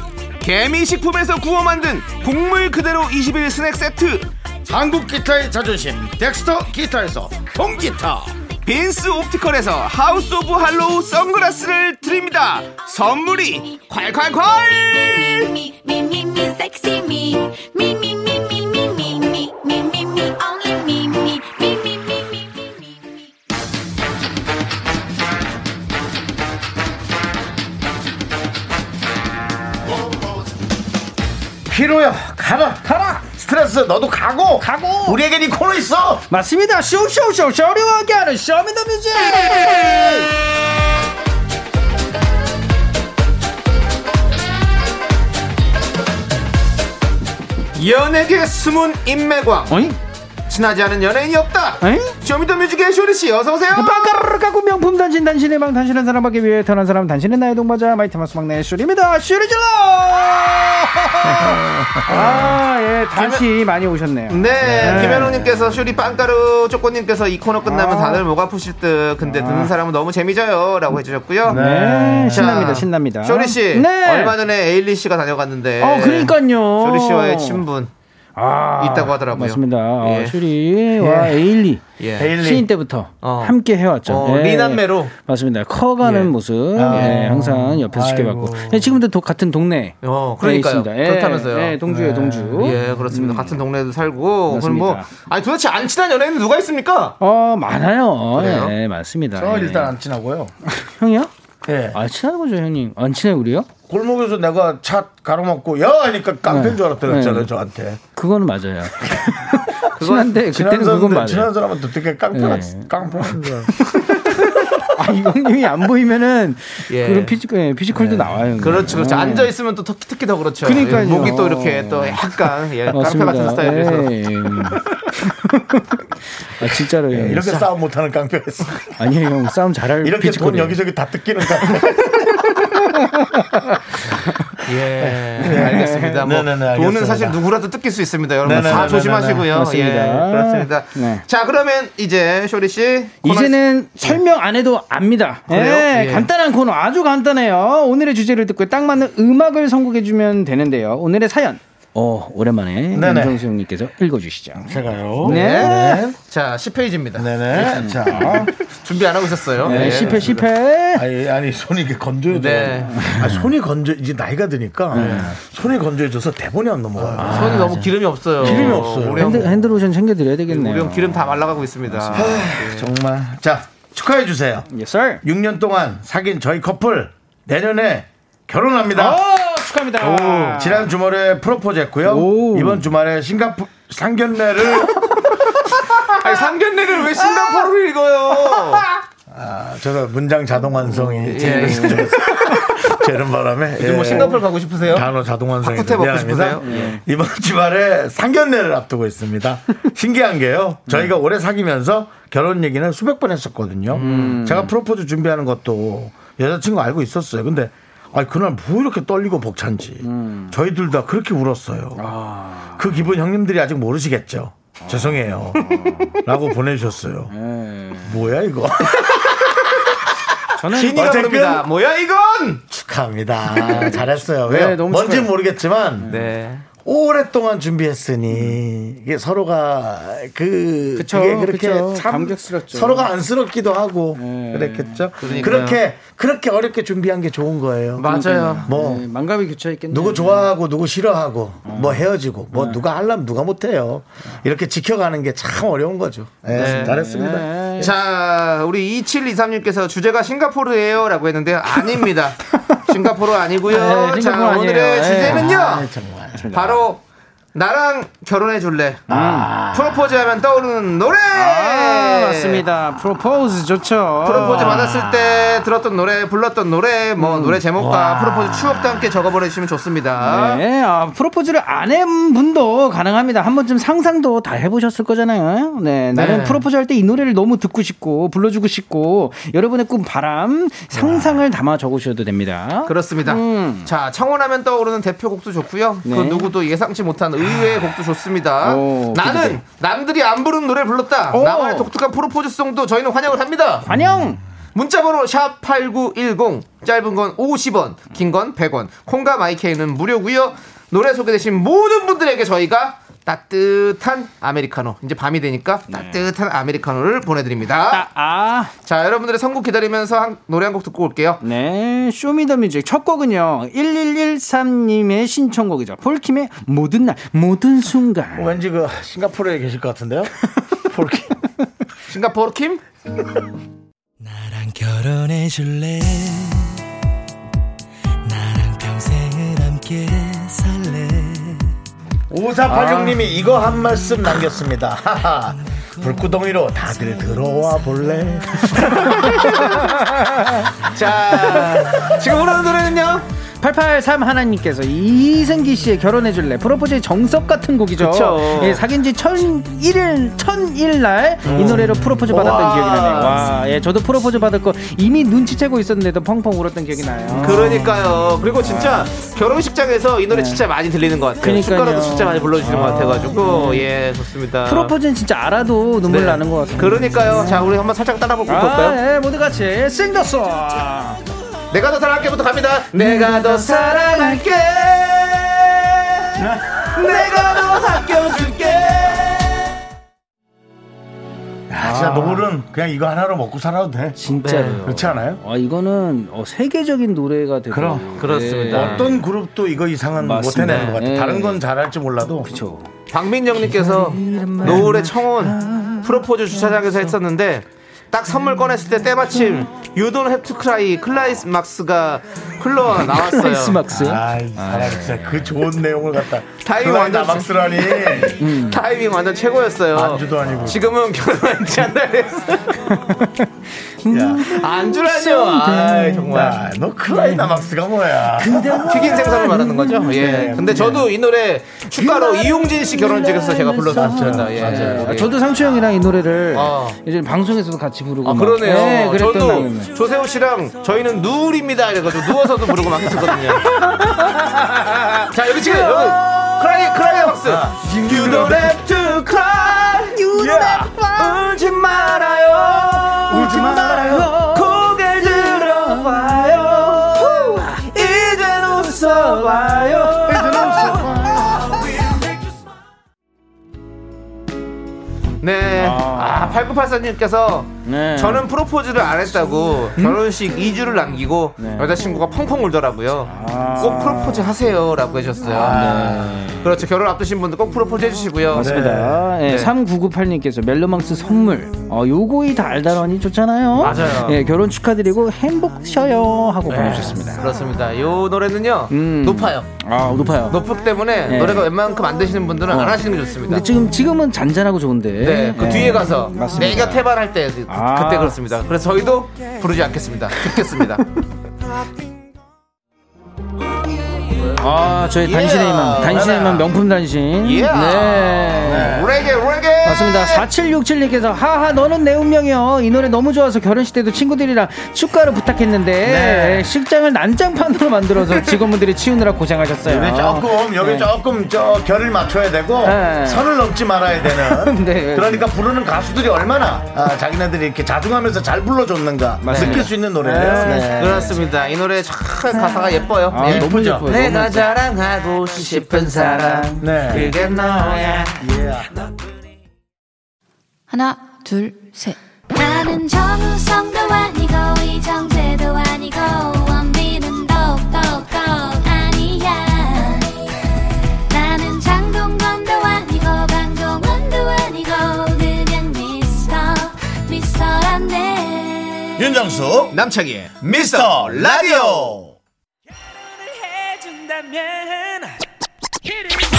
개미 식품에서 구워 만든 곡물 그대로 21 스낵 세트
한국 기타의 자존심 덱스터 기타에서 통기타.
빈스 옵티컬에서 하우스 오브 할로우 선글라스를 드립니다 선물이 콸콸콸
me, me, me, me, sexy me, me, me, me, me, me, me, me, me, me, me, only me, me, me, me, me, me, me, me, me.
피로야 가라 가라 스트레스 너도 가고
가고.
우리에겐 이 코너 있어
맞습니다. 쇼쇼쇼 쇼리와 하는 쇼미더뮤직.
연예계 숨은 인맥왕
어잉?
친하지 않은 연예인이 없다
어잉? 네,
쇼미더뮤직의 쇼리씨 어서오세요
빵가루를 까고 명품 단신 단신의 방 단신은 사람밖에 위해 태어난 사람 단신은 나의 동반자 마이트마스 막내
[LAUGHS]
쇼리입니다. 쇼리질러. 아예 다시 많이 오셨네요.
네, 김현웅님께서 슈리 빵가루 쪼꼬님께서 이 코너 끝나면 다들 목 아프실 듯 근데 듣는 사람은 너무 재미져요라고 해주셨고요.
네,
자,
신납니다, 신납니다.
쇼리 씨,
네.
얼마 전에 에일리 씨가 다녀갔는데,
어, 그러니까요.
네. 쇼리 씨와의 친분
어. 아,
있다고 하더라고요.
맞습니다. 어,
예.
슈리와 에일리
예,
데일리
신인 때부터
어.
함께 해왔죠.
어,
예.
리남매로.
맞습니다. 커가는
예.
모습
아.
예, 항상 옆에서 지켜봤고 예, 지금도 도- 같은 동네.
어, 그러니까요.
있습니다. 예,
그렇다면서요.
예, 동주에 동주.
예, 그렇습니다. 같은 동네에도 살고, 그럼 뭐,
맞습니다.
아니 도대체 안 친한 연예인 누가 있습니까?
어 많아요.
그래요?
예, 맞습니다.
저
예.
어, 일단 안 친하고요
형이요?
예
아 친한 거죠 형님. 안 친해 우리요?
골목에서 내가 차 가로막고 야 하니까 깡패인
네.
줄 알았더랬잖아요
네.
저한테
[LAUGHS]
그거는 맞아요. 친한데
친한
그때는 그건
사람들
맞아요.
친한 사람한테 어떻게 깡패가
네.
깡패인
[LAUGHS]
줄 알았어요
아 이건님이 안 보이면은
예.
그런 피지컬 예, 피지컬도 나와요. 형님.
그렇죠, 그렇죠.
예.
앉아 있으면 또 특히 특히 더 그렇죠.
그러니까요. 어.
예, 목이 또 이렇게 또 약간 예, 깡패
맞습니다.
같은 스타일에서.
예, 예. 아 진짜로 요
예, 이렇게 싸움 못하는 깡패가 있어
아니에요 형 싸움 잘할
이렇게 돈
피지컬이에요.
여기저기 다 뜯기는 깡패
[LAUGHS] 예, 알겠습니다. 뭐
네. 네네네, 알겠습니다.
돈은 사실 누구라도 뜯길 수 있습니다. 여러분 다
네네네네네.
조심하시고요.
맞습니다.
예, 그렇습니다.
네.
자, 그러면 이제 쇼리 씨 코너-
이제는 설명 안 해도 압니다.
그래요?
예,
예.
간단한 코너 아주 간단해요. 오늘의 주제를 듣고 딱 맞는 음악을 선곡해 주면 되는데요. 오늘의 사연. 어, 오랜만에
네네.
윤정수 형님께서 읽어 주시죠.
제가요
네.
자 10페이지입니다.
네네 자
준비 안 하고 있었어요.
네,
예,
실패 실패.
아니, 아니 손이 이게 건조해져
네.
아, 손이 건조 이제 나이가 드니까
네.
손이 건조해져서 대본이 안 넘어가요
아, 손이 너무 기름이 없어요.
기름이 없어요.
우리 형,
핸드 핸드 로션 챙겨 드려야
우리 형
되겠네요.
기름 다 말라가고 있습니다. 네.
아.
정말 자 축하해 주세요
Yes, sir.
6년 동안 사귄 저희 커플 내년에 결혼합니다.
어, 축하합니다.
지난 주말에 프로포즈 했고요.
오.
이번 주말에 싱가포
[LAUGHS]
상견례를
아니, 상견례를 왜 싱가포르로 [LAUGHS] 읽어요?
아, 제가 문장 자동 완성이
예, 예.
제일 [LAUGHS] 제 이런 바람에
요즘 뭐
예.
싱가포르 가고 싶으세요?
단어 자동완성이
바쿠테 먹고
미안합니다.
싶으세요? 예.
이번 주말에 상견례를 앞두고 있습니다. 신기한 게요.
네.
저희가 오래 사귀면서 결혼 얘기는 수백 번 했었거든요.
음.
제가 프로포즈 준비하는 것도 여자친구 알고 있었어요. 근데 아 그날 뭐 이렇게 떨리고 벅찬지
음.
저희 둘 다 그렇게 울었어요.
아.
그 기분 형님들이 아직 모르시겠죠.
[LAUGHS]
죄송해요. 라고 보내주셨어요.
네.
뭐야 이거? [LAUGHS]
저는
신이가
어쨌든
부릅니다.
뭐야 이건?
축하합니다. 잘했어요. 왜요?
네, 너무
뭔지
축하해요.
모르겠지만
네.
오랫동안 준비했으니 이게 서로가 그
그쵸,
게 그렇게
그쵸.
참
감격스럽죠.
서로가 안쓰럽기도 하고 그랬겠죠.
그러니까요.
그렇게 그렇게 어렵게 준비한 게 좋은 거예요.
맞아요.
뭐
네, 망감이 교차했겠네요.
누구 좋아하고 누구 싫어하고 뭐 헤어지고 뭐 누가 하려면 누가 못해요. 이렇게 지켜가는 게 참 어려운 거죠. 예,
네.
잘했습니다.
자, 우리 2723님께서 주제가 싱가포르예요 라고 했는데 아닙니다. 싱가포르 아니고요.
네, 싱가포르
자,
아니에요.
오늘의
네.
주제는요.
아, 정말.
바로 나랑 결혼해 줄래? 프로포즈 하면 떠오르는 노래!
아, 맞습니다. 프로포즈 좋죠.
프로포즈 받았을 때 들었던 노래, 불렀던 노래,
음.
뭐 노래 제목과 프로포즈 추억도 함께 적어버리시면 좋습니다.
네, 아, 프로포즈를 안 한 분도 가능합니다. 한 번쯤 상상도 다 해보셨을 거잖아요. 네, 나는
네.
프로포즈 할 때 이 노래를 너무 듣고 싶고 불러주고 싶고 여러분의 꿈, 바람, 상상을 담아 적으셔도 됩니다.
그렇습니다.
음.
자, 청혼하면 떠오르는 대표곡도 좋고요. 그
네. 아.
누구도 예상치 못한 의외의 곡도 좋습니다.
오,
나는
기대돼.
남들이 안 부른 노래 불렀다.
오.
나만의 독특한 프로포즈송도 저희는 환영을 합니다. 음.
관영
문자번호 샵8910 짧은 건 50원 긴 건 100원 콩과 마이케이는 무료고요 노래 소개되신 모든 분들에게 저희가 따뜻한 아메리카노 이제 밤이 되니까
네.
따뜻한 아메리카노를 보내드립니다
아, 아,
자 여러분들의 선곡 기다리면서 한- 노래 한 곡 듣고 올게요
네, 쇼미더뮤직 첫 곡은요 1113님의 신청곡이죠. 폴킴의 모든 날, 모든 순간.
왠지 그 싱가포르에 계실 것 같은데요. 폴킴.
싱가포르 킴
나랑 결혼해 줄래 나랑 평생을 함께 살래
5486님이 이거 한 말씀 남겼습니다. [LAUGHS] 하하. 불구덩이로 다들 들어와 볼래?
자, 지금 흐르는 노래는요?
883 하나님께서 이승기 씨의 결혼해줄래 프로포즈의 정석 같은 곡이죠.
그쵸.
예, 사귄 지 1001일, 1001날 이 노래로 프로포즈 받았던
음. 와.
기억이 나네요. 와, 예, 저도 프로포즈 받을 거 이미 눈치채고 있었는데도 펑펑 울었던 기억이
음.
나요.
그러니까요. 그리고 진짜 결혼식장에서 이 노래 진짜 많이 들리는 것 같아요.
그러니까요. 음.
축가라도 진짜 많이 불러주시는 것 같아가지고 예 좋습니다.
프로포즈는 진짜 알아도 눈물
네.
나는 것 같아요.
그러니까요. 자, 우리 한번 살짝 따라볼까요? 볼까요?
아, 예, 모두 같이 싱더송.
내가 더 사랑할게부터 갑니다. 네. 내가 더 사랑할게. 내가 더 아껴줄게.
야, 아, 진짜 노을은 그냥 이거 하나로 먹고 살아도 돼.
아. 진짜로요.
그렇지 않아요?
아, 이거는 어, 세계적인 노래가 되고.
그럼.
그렇습니다.
어떤 그룹도 이거 이상은 못
네. 맞습니다.
해내는 것 같아요.
예.
다른 건 잘할지 몰라도.
그렇죠.
박민영님께서 노을의 청혼 프로포즈 주차장에서 했었는데 딱 선물 꺼냈을 때 때마침 유돈 헵트크라이 클라이스막스가 흘러 나왔어요.
크리스막스요?
아이, 사람 진짜 그 좋은 내용을 갖다.
타이밍
그날
완전
남학스라니.
음. 타이밍 완전 최고였어요.
안주도 아니고.
지금은 결혼하지 않나 했어.
음.
야,
안주라뇨. 아 정말.
야, 너
네.
클라이 남학스가 뭐야.
튀긴 생선을 말하는 거죠?
네.
예. 근데 저도 이 노래 축가로 이용진 씨 결혼식에서 제가 불렀었습니다. 예.
맞아요.
우리.
아, 저도 상추 형이랑 이 노래를
아.
예전에 방송에서도 같이 부르고
아,
막.
그러네요.
네, 그랬던
저도
날이네.
조세호 씨랑 저희는 누울입니다. 이래가지고 누워서도 부르고 막
[LAUGHS]
했었거든요. 자, 여기 지금, 여기. 크라이, 크라이 박스.
아,
You don't have to cry. You don't have to cry. 울지 말아요. 울지 말아요. 고개 들어봐요. 이젠 웃어봐요. 네. 아, 8984님께서
네. 음?
저는 프로포즈를 안 했다고 결혼식 2주를 남기고
네.
여자친구가 펑펑 울더라고요.
아.
꼭 프로포즈 하세요라고 해주셨어요. 네. 그렇죠. 결혼 앞두신 분들 꼭 프로포즈 해주시고요.
맞습니다.
네.
예, 3998님께서 멜로망스 선물. 어, 요거이 달달하니 좋잖아요.
맞아요. 네.
예, 결혼 축하드리고 행복셔요 하고 보내주셨습니다.
그렇습니다. 이 노래는요 높아요.
아, 높아요.
높기 때문에
네. 어.
노래가 웬만큼 안 되시는 분들은 안 하시는 게 좋습니다.
근데 지금 지금은 잔잔하고 좋은데.
네, 그
예.
뒤에 가서
맞습니다.
내가 태반할 때 그-
아.
[LAUGHS] 그때 그렇습니다. 그래서 저희도 부르지 않겠습니다. 듣겠습니다.
아, 저희 단신의 힘, 단신의 힘 명품 단신.
네.
예.
네.
레게 레게
맞습니다. 4767님께서 하하 너는 내 운명이요. 이 노래 너무 좋아서 결혼식 때도 친구들이랑 축가를 부탁했는데
네.
식장을 난장판으로 만들어서 직원분들이 치우느라 고생하셨어요.
여기 네, 조금 여기
네.
조금 저 결을 맞춰야 되고
네.
선을 넘지 말아야 되는
[LAUGHS] 네.
그러니까 부르는 가수들이 얼마나 아, 자기네들이 이렇게 자중하면서 잘 불러줬는가
맞습니다.
느낄 수 있는 노래예요.
네.
그렇습니다. 이 노래 참 가사가 예뻐요.
아,
예.
너무
이쁘죠?
예뻐요.
내가 자랑하고 싶은 사람
네.
그게 너야.
하나, 둘, 셋.
나는 정우성도 아니고 이정재도 아니고 원빈은 더욱더 아니야 나는 장동건도 아니고 강동원도 아니고 그냥 미스터 미스터란데
예.
윤정수 남창희 미스터 라디오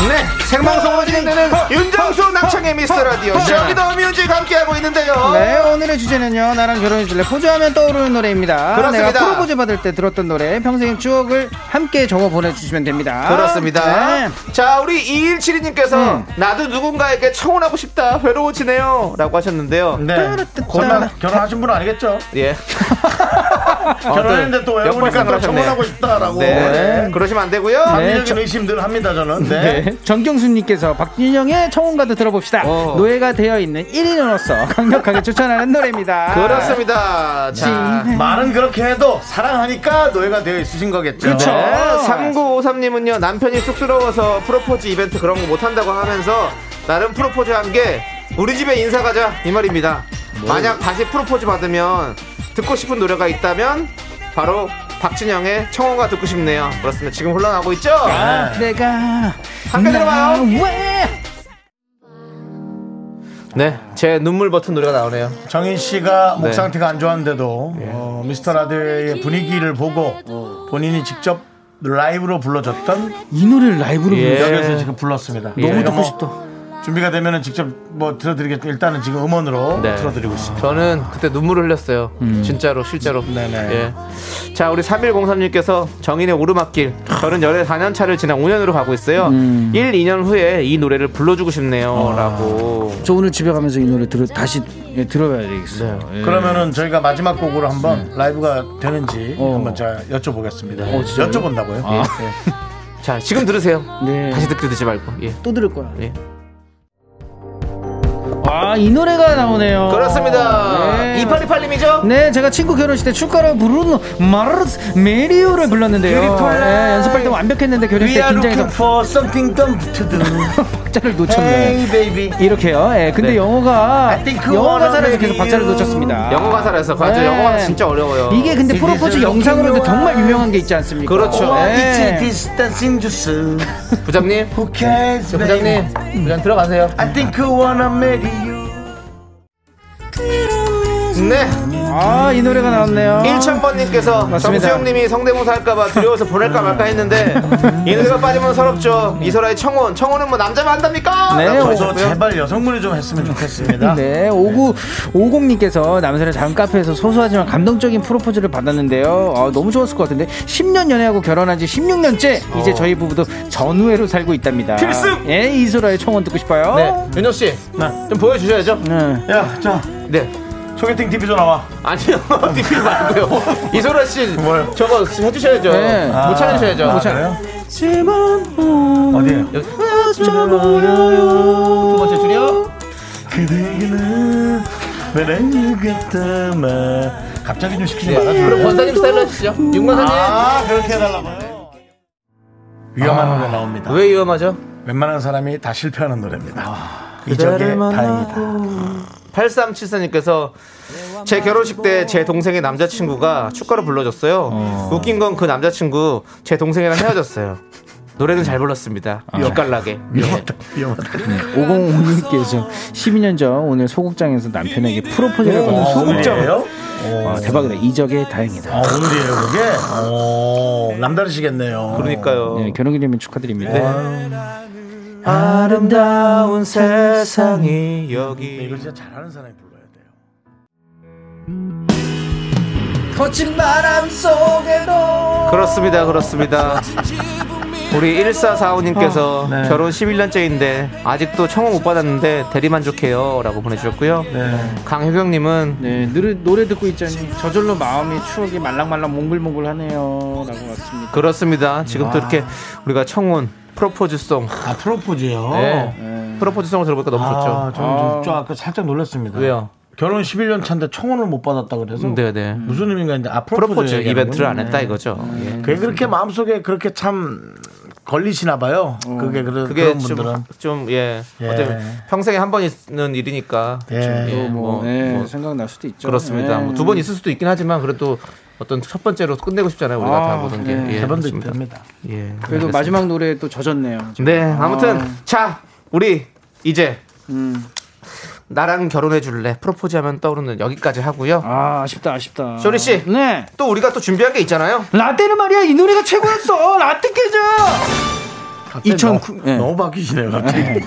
네, 생방송으로 진행되는 윤정수 남창의 미스터 라디오 쇼미더 뮤직 함께하고 있는데요.
네, 오늘의 주제는요. 나랑 결혼해줄래 포즈하면 떠오르는 노래입니다.
그렇습니다.
내가 프로포즈 받을 때 들었던 노래, 평생의 추억을 함께 적어 보내주시면 됩니다.
그렇습니다.
네.
자, 우리 2172님께서
음.
나도 누군가에게 청혼하고 싶다. 괴로워지네요. 라고 하셨는데요.
네. 곧만 결혼하신 분 아니겠죠?
예. 아, 네.
결혼했는데 또 외우니까
역발상을
또
하셨네요.
청혼하고 싶다라고.
네.
네.
그러시면 안 되고요.
네,
합리적인
저-
의심들 합니다 저는. 네.
네. 정경수님께서 박진영의 청혼가도 들어봅시다.
어.
노예가 되어 있는 1인으로서 [LAUGHS] 강력하게 추천하는 노래입니다.
그렇습니다. 자.
아, 말은 그렇게 해도 사랑하니까 노예가 되어 있으신 거겠죠.
그렇죠.
그쵸.
네.
3953님은요 남편이 쑥스러워서 프로포즈 이벤트 그런 거 못한다고 하면서 나름 프로포즈 한 게 우리 집에 인사 가자 이 말입니다 만약 다시 프로포즈 받으면 듣고 싶은 노래가 있다면 바로 박진영의 청혼가 듣고 싶네요 그렇습니다 지금 흘러나오고 있죠
내가
함께 들어봐요.
나 네. 음. 왜?
네제 눈물 버튼 노래가 나오네요
정인 씨가 목
네.
상태가 안 좋았는데도 어, 미스터 라디오의 분위기를 보고 어, 본인이 직접 라이브로 불러줬던
이 노래를 라이브로
예.
부르죠.
여기서 지금 불렀습니다.
너무
저희가
듣고
뭐 준비가 되면은 직접 뭐 들어드리겠다. 일단은 지금 음원으로
네.
들어드리고 있습니다.
저는 그때 눈물을 흘렸어요.
음.
진짜로 실제로.
네네.
예. 자 우리 3103님께서 정인의 오르막길. 저는 열애 4년 차를 지난 5년으로 가고 있어요.
음.
1, 2년 후에 이 노래를 불러주고
아.
싶네요라고.
저 오늘 집에 가면서 이 노래 들어 다시 예, 들어봐야 되겠어요. 예.
그러면은 저희가 마지막 곡으로 한번
네.
라이브가 되는지
어.
한번 제가 여쭤보겠습니다.
어, 진짜요?
여쭤본다고요?
아. 자 지금 들으세요.
네.
다시 듣게 되지 말고. 예.
또 들을 거야.
예.
아, 이 노래가 나오네요.
그렇습니다.
네.
2828님이죠?
네, 제가 친구 결혼식 때 축가로 부르는 마르스 메리오를 불렀는데요. 네, 연습할 때 완벽했는데 결혼 때 긴장해서
for something dumb to do.
[LAUGHS] 박자를 놓쳤네요.
baby.
이렇게요. 예, 근데
네.
영어가
I think you
영어
wanna
가사에서
marry
계속 박자를
you.
놓쳤습니다.
영어 가사라서 맞아
네.
요 영어 가사 진짜 어려워요.
이게 그 근데
It
프로포즈
is a
영상으로도
looking
정말
glass.
유명한 게 있지 않습니까?
그렇죠.
예.
distancing juice.
부장님,
Who cares,
부장님,
네.
부장 들어가세요.
I think you wanna marry you.
네.
아, 이 노래가 나왔네요.
1000번님께서
맞습니다.
정수영님이 성대모사 할까봐 두려워서 보낼까 말까
[LAUGHS]
했는데 이 노래가 빠지면 서럽죠 이소라의 청혼 청혼은 뭐 남자만 한답니까?
네,
라고
어, 저도
하셨고요.
제발 여성분이 좀 했으면
[LAUGHS]
좋겠습니다.
네, 오구 오공님께서 남산의 작은 카페에서 소소하지만 감동적인 프로포즈를 받았는데요. 아, 너무 좋았을 것 같은데 10년 연애하고 결혼한 지 16년째 이제 저희 부부도 전우회로 살고 있답니다.
필승!
예, 이소라의 청원 듣고 싶어요.
네 윤혁씨
네.
좀 보여주셔야죠
네.
야, 자,
네
소개팅 TV 좀 나와.
아니요 [LAUGHS] 디필 말고요 이소라씨
뭘?
저거 해주셔야죠
네.
못 찾으셔야죠
아,
못 찾-
그래요? 어디에요?
두 번째 줄이요
그대에게는 사랑이 같다마. 갑자기 좀 시키지 말아줘.
네. 그럼 뭐 권사님 스타일로 해주시죠 윤권사님
아, 그렇게 해달라고요? 위험한 노래 나옵니다.
아. 왜 위험하죠? 아.
웬만한 사람이 다 실패하는 노래입니다. 이적의 다행이다.
8374님께서 제 결혼식 때 제 동생의 남자친구가 축가로 불러줬어요. 웃긴 건 그 남자친구 제 동생이랑 헤어졌어요. 노래는 잘 불렀습니다.
아.
기깔나게. 예.
위험하다. 위험하다.
5056님께서 12년 전 오늘 소극장에서 남편에게 프로포즈를
어,
받은 소극장.
오늘이에요?
아, 대박이다. 이적에 다행이다.
아, 오늘이에요, 그게? 오, 남다르시겠네요. 어,
그러니까요.
예.
네, 결혼 기념일 축하드립니다.
아름다운 세상이
근데 네, 이거
여기.
진짜 잘하는 사람이 불러야 돼요.
그렇습니다. 그렇습니다. 우리 1445님께서
네.
결혼 11년째인데 아직도 청혼 못 받았는데 대리만족해요 라고 보내주셨고요
네.
강효경님은
네, 노래, 노래 듣고 있자니 저절로 마음이 추억이 말랑말랑 몽글몽글하네요. 라고 왔습니다.
그렇습니다 지금 또 이렇게 우리가 청혼 프로포즈송
아, 프로포즈요?
네. 프로포즈송을 들어보니까 너무
아,
좋죠
저는
아.
좀 아까 살짝 놀랐습니다.
왜요?
결혼 11년 차인데 청혼을 못 받았다 그래서
네네
무슨 의미가 있는데 아, 음. 프로포즈,
프로포즈
얘기하는군요.
이벤트를 안 했다
네.
이거죠 예.
그게 그렇게 마음속에 그렇게 참 걸리시나 봐요. 그게 그런
어. 그게 뭐
그런 분들은
좀좀예 뭐
예.
평생에 한 번 있는 일이니까
예.
좀, 예,
뭐,
뭐,
예,
뭐
생각날 수도 있죠.
그렇습니다. 뭐
예.
두 번 있을 수도 있긴 하지만 그래도 어떤 첫 번째로 끝내고 싶잖아요. 우리가
아,
다 모든 게.
네.
예,
대본도
그렇습니다.
있답니다.
예,
그래도
알겠습니다.
마지막 노래 또 젖었네요.
네, 아무튼
아.
자 우리 이제
음.
나랑 결혼해 줄래 프로포즈하면 떠오르는 여기까지 하고요.
아, 아쉽다, 아쉽다.
쇼리 씨.
네.
또 우리가 또 준비한 게 있잖아요.
라떼는 말이야, 이 노래가 최고였어! 라떼 깨져!
아,
갑자기
2009
아, 너무,
예.
너무 바뀌시네요. 갑자기.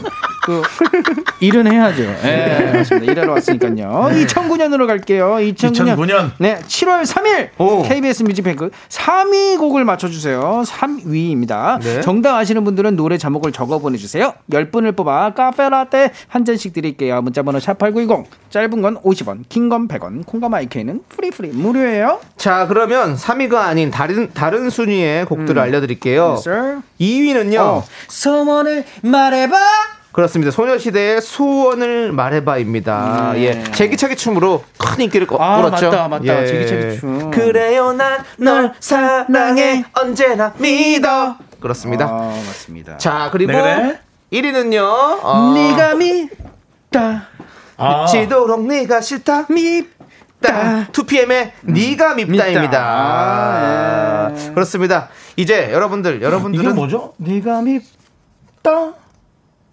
그, [LAUGHS] 일은 해야죠. 예, 맞습니다. 일하러 왔으니까요.
네.
2009년으로 갈게요. 2009년.
2009년.
네, 7월 3일
오.
KBS 뮤직뱅크 3위 곡을 맞춰주세요. 3위입니다.
네.
정답 아시는 분들은 노래 제목을 적어 보내주세요. 10분을 뽑아 카페라떼 한 잔씩 드릴게요. 문자번호 샵8910 짧은 건 50원 긴 건 100원 콩과 마이크는 프리프리 무료예요.
자 그러면 3위가 아닌 다른 다른 순위의 곡들을 알려드릴게요.
음. Sir.
2위는요.
어. 소원을 말해봐.
그렇습니다. 소녀시대의 소원을 말해봐입니다.
네.
예. 제기차기 춤으로 큰 인기를 거-
아,
끌었죠. 예.
맞다, 맞다. 제기차기 춤.
그래요, 난 널 사랑해. 언제나 믿어. 그렇습니다.
아 맞습니다.
자, 그리고
네, 그래.
1위는요. 어,
네가 믿다
아,
지도록 네가 싫다.
믿다.
2PM의 네가 밉다입니다.
아,
그렇습니다. 이제 여러분들,
이게
여러분들은
뭐죠?
네가 밉다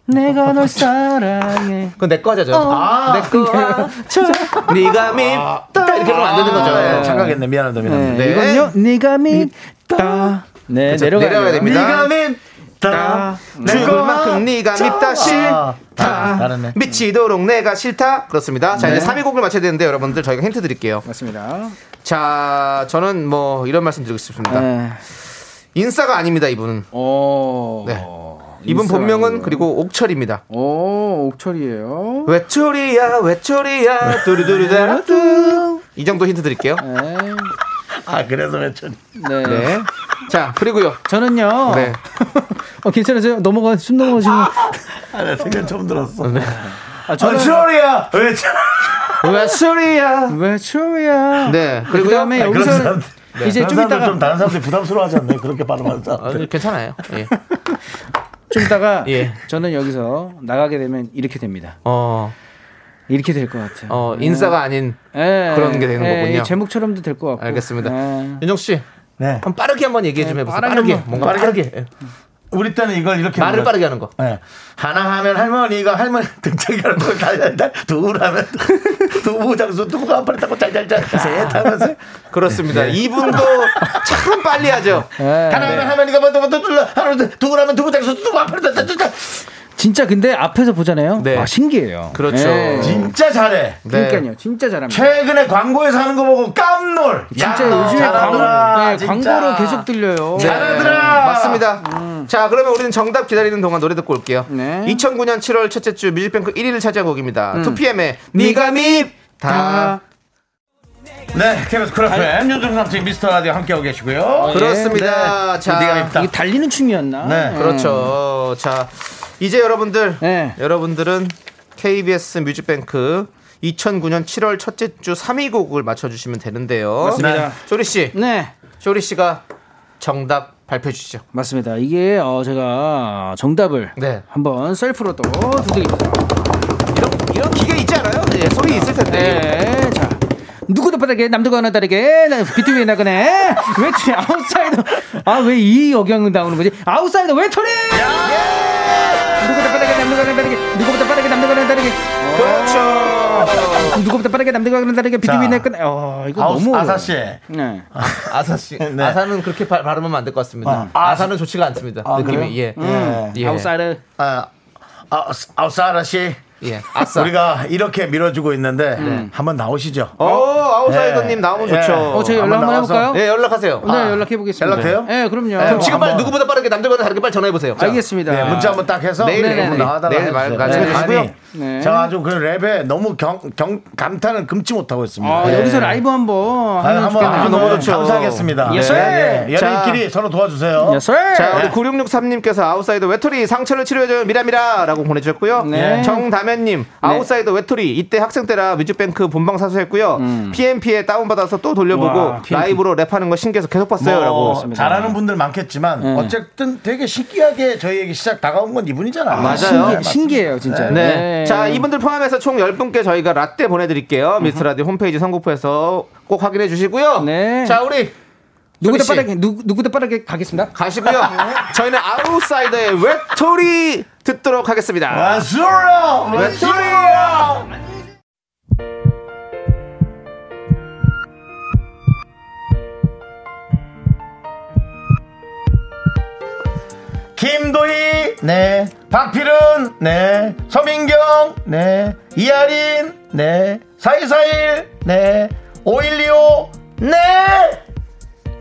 내가 널 사랑해
그건 내 거죠. 아, 내 거. [LAUGHS] 네가 밉다. 이렇게 하면 안 되는 거죠.
네,
예.
아. 착각했네. 미안합니다. 미안합니다.
네.
이건요 네가 밉다 네
그렇죠.
내려가야,
내려가야
돼요.
됩니다.
네가 밉다.
죽을 만큼 네가 밉다 싫다
아, 다- 다르네.
미치도록 내가 싫다 그렇습니다 자 이제 3위 곡을 맞춰야 되는데 여러분들 저희가 힌트 드릴게요
맞습니다
자 저는 뭐 이런 말씀 드리고 싶습니다
네.
인싸가 아닙니다 이분은
오
네.
어,
이분 본명은 그리고 옥철입니다
어, 오 옥철이에요
외초리야 외초리야 두루두루다라두 이 정도 힌트 드릴게요
네.
아, 그래서 외쳤
네.
네자 그리고요
저는요
네
[LAUGHS] 어, 괜찮으세요 넘어가 숨 넘어가시는
아, 나 생각 처음 들었어.
아,
전추월이야 외쳐.
외초리야
왜 추야
네
그
그리고요
다음에
아, 그런
여기서 는
사람-
이제
다른
네, 좀
사람들
이따가
좀 다른 사람들이 부담스러워하지 않나요? 그렇게 발음하는
아,
사람들.
괜찮아요 예.
좀
[LAUGHS]
이따가
예.
저는 여기서 나가게 되면 이렇게 됩니다.
어,
이렇게 될 것 같아요.
어
예.
인싸가 아닌
예,
그런 게 되는 거군요.
이 제목처럼도 될 것 같고.
알겠습니다.
예.
윤정 씨,
네.
한번 빠르게 한번 얘기해 좀 해보세요.
빠르게
빠르게,
한번.
뭔가 빠르게, 예.
우리 때는 이걸 이렇게
말을
불렀-
빠르게 하는 거.
네. 하나 하면 할머니가 할머니 [LAUGHS] 등짝이라는 걸 달달달 둘 하면 [LAUGHS] 두부 장수 두부가 안 팔렸다고 잘잘잘 셋 하면서
그렇습니다. 이분도 참 빨리 하죠.
네. 예.
하나 하면 할머니가 먼저 먼저 둘러 하나 두부 하면 두부 장수 두부 안 팔렸다 잘잘잘
진짜 근데 앞에서 보잖아요.
네.
아, 신기해요.
그렇죠.
예.
진-
진짜 잘해
네.
그러니까요. 진짜 잘합니다.
최근에 광고에서 하는 거 보고 깜놀
진짜
야,
요즘에
잘하더라,
광고, 네,
진짜.
광고로 계속 들려요.
네.
잘하더라.
맞습니다. 자, 그러면 우리는 정답 기다리는 동안 노래 듣고 올게요.
네.
2009년 7월 첫째 주 뮤직뱅크 1위를 차지한 곡입니다. 2PM의 니가 밉다.
다.
네 KBS 쿨 어, FM 윤종삼씨 미스터 라디오 함께하고 계시고요
그렇습니다.
네.
자,
니가 밉다.
이게 달리는 춤이었나?
네.
그렇죠. 자, 이제 여러분들,
네.
여러분들은 KBS 뮤직뱅크 2009년 7월 첫째 주 3위 곡을 맞춰주시면 되는데요.
맞습니다.
쇼리 씨,
네.
쇼리 씨가 정답 발표해 주시죠.
맞습니다. 이게 어, 제가 정답을
네.
한번 셀프로 또 두드립니다.
이런, 이런 기계 있지 않아요? 예, 소리 있을 텐데.
네. 자. 누구도 바닥에 남들과 하나 다르게 비투비에 나가네 왜 아웃사이더 아 왜 이 억양 나오는 거지 아웃사이더 왜 토리 누구보다 빠르게 남들과 하나 다르게 누구보다 빠르게 남들과 하나 다르게
그렇죠.
누구보다 빠르게 남들과 하나 다르게 비투비에
자.
나가네 어 이거
아우,
너무 어려워.
아사씨
네.
아사 씨,
네.
아사는 그렇게 발, 발음하면 안 될 것 같습니다. 아, 사는 좋지가 않습니다.
아,
네.
느낌이
그래요?
예.
음.
예.
아웃사이더
아, 아웃사라씨
예. 아싸.
우리가 이렇게 밀어주고 있는데 네, 한번 나오시죠.
어, 아웃사이더님
예.
나오면
예.
좋죠.
어, 저희
한번
연락 한번
나와서.
해볼까요?
예, 연락하세요.
네, 연락해 보겠습니다.
아, 연락해요?
네, 그럼요.
그럼 지금 말
한번-
누구보다 빠르게 남들과는 다르게 빨리 전화해 보세요.
알겠습니다.
네, 문자 한번 딱 해서
내일,
내일
네네네.
나와달라
내일
해주세요.
말- 나중에
네.
하시고요.
아니,
네.
제가 아주 그 랩에 너무 경, 경 감탄을 금치 못하고 있습니다.
아,
예.
네.
여기서 라이브 한번
아,
하면
한번
좋겠네요.
아,
너무
너무
좋죠.
감사하겠습니다.
Yes,
예,
sir.
예. 연인끼리 서로 도와주세요.
Yes, sir.
자, 우리 9663님께서 아웃사이더 외톨이 상처를 치료해줘요 미라미라라고 보내주셨고요.
네.
정다면님 아웃사이더 외톨이 이때 학생 때라 뮤직뱅크 본방 사수했고요. PMP에 다운받아서 또 돌려보고
우와, PMP.
라이브로 랩하는 거 신기해서 계속 봤어요라고. 네.
뭐, 잘하는 분들 많겠지만 어쨌든 되게 신기하게 저희에게 시작 다가온 건 이분이잖아.
맞아요.
신기, 신기해요, 진짜.
네. 자, 이분들 포함해서 총 10분께 저희가 라떼 보내드릴게요. 미스라디 홈페이지 선곡표에서 꼭 확인해 주시고요.
네.
자, 우리
누구도
씨.
빠르게 누, 누구도 빠르게 가겠습니다.
가시고요. 저희는 아웃사이더의 외톨이 듣도록 하겠습니다.
아, 맞아요. 맞아요. 김도희 네 박필은 네 서민경 네 이하린 네 4241, 네 5125, 네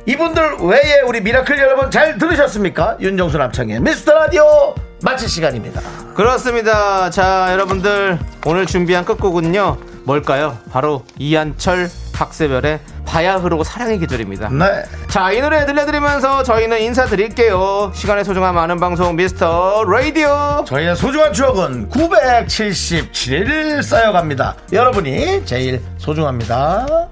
이분들 외에 우리 미라클 여러분 잘 들으셨습니까? 윤정수 남창의 미스터 라디오 마칠 시간입니다.
그렇습니다. 자, 여러분들 오늘 준비한 끝곡은요. 뭘까요? 바로 이한철 박세별의 바야 흐르고 사랑의 계절입니다.
네.
자, 이 노래 들려드리면서 저희는 인사드릴게요. 시간의 소중함 아는 방송 미스터 라디오.
저희의 소중한 추억은 977일 쌓여갑니다. 여러분이 제일 소중합니다.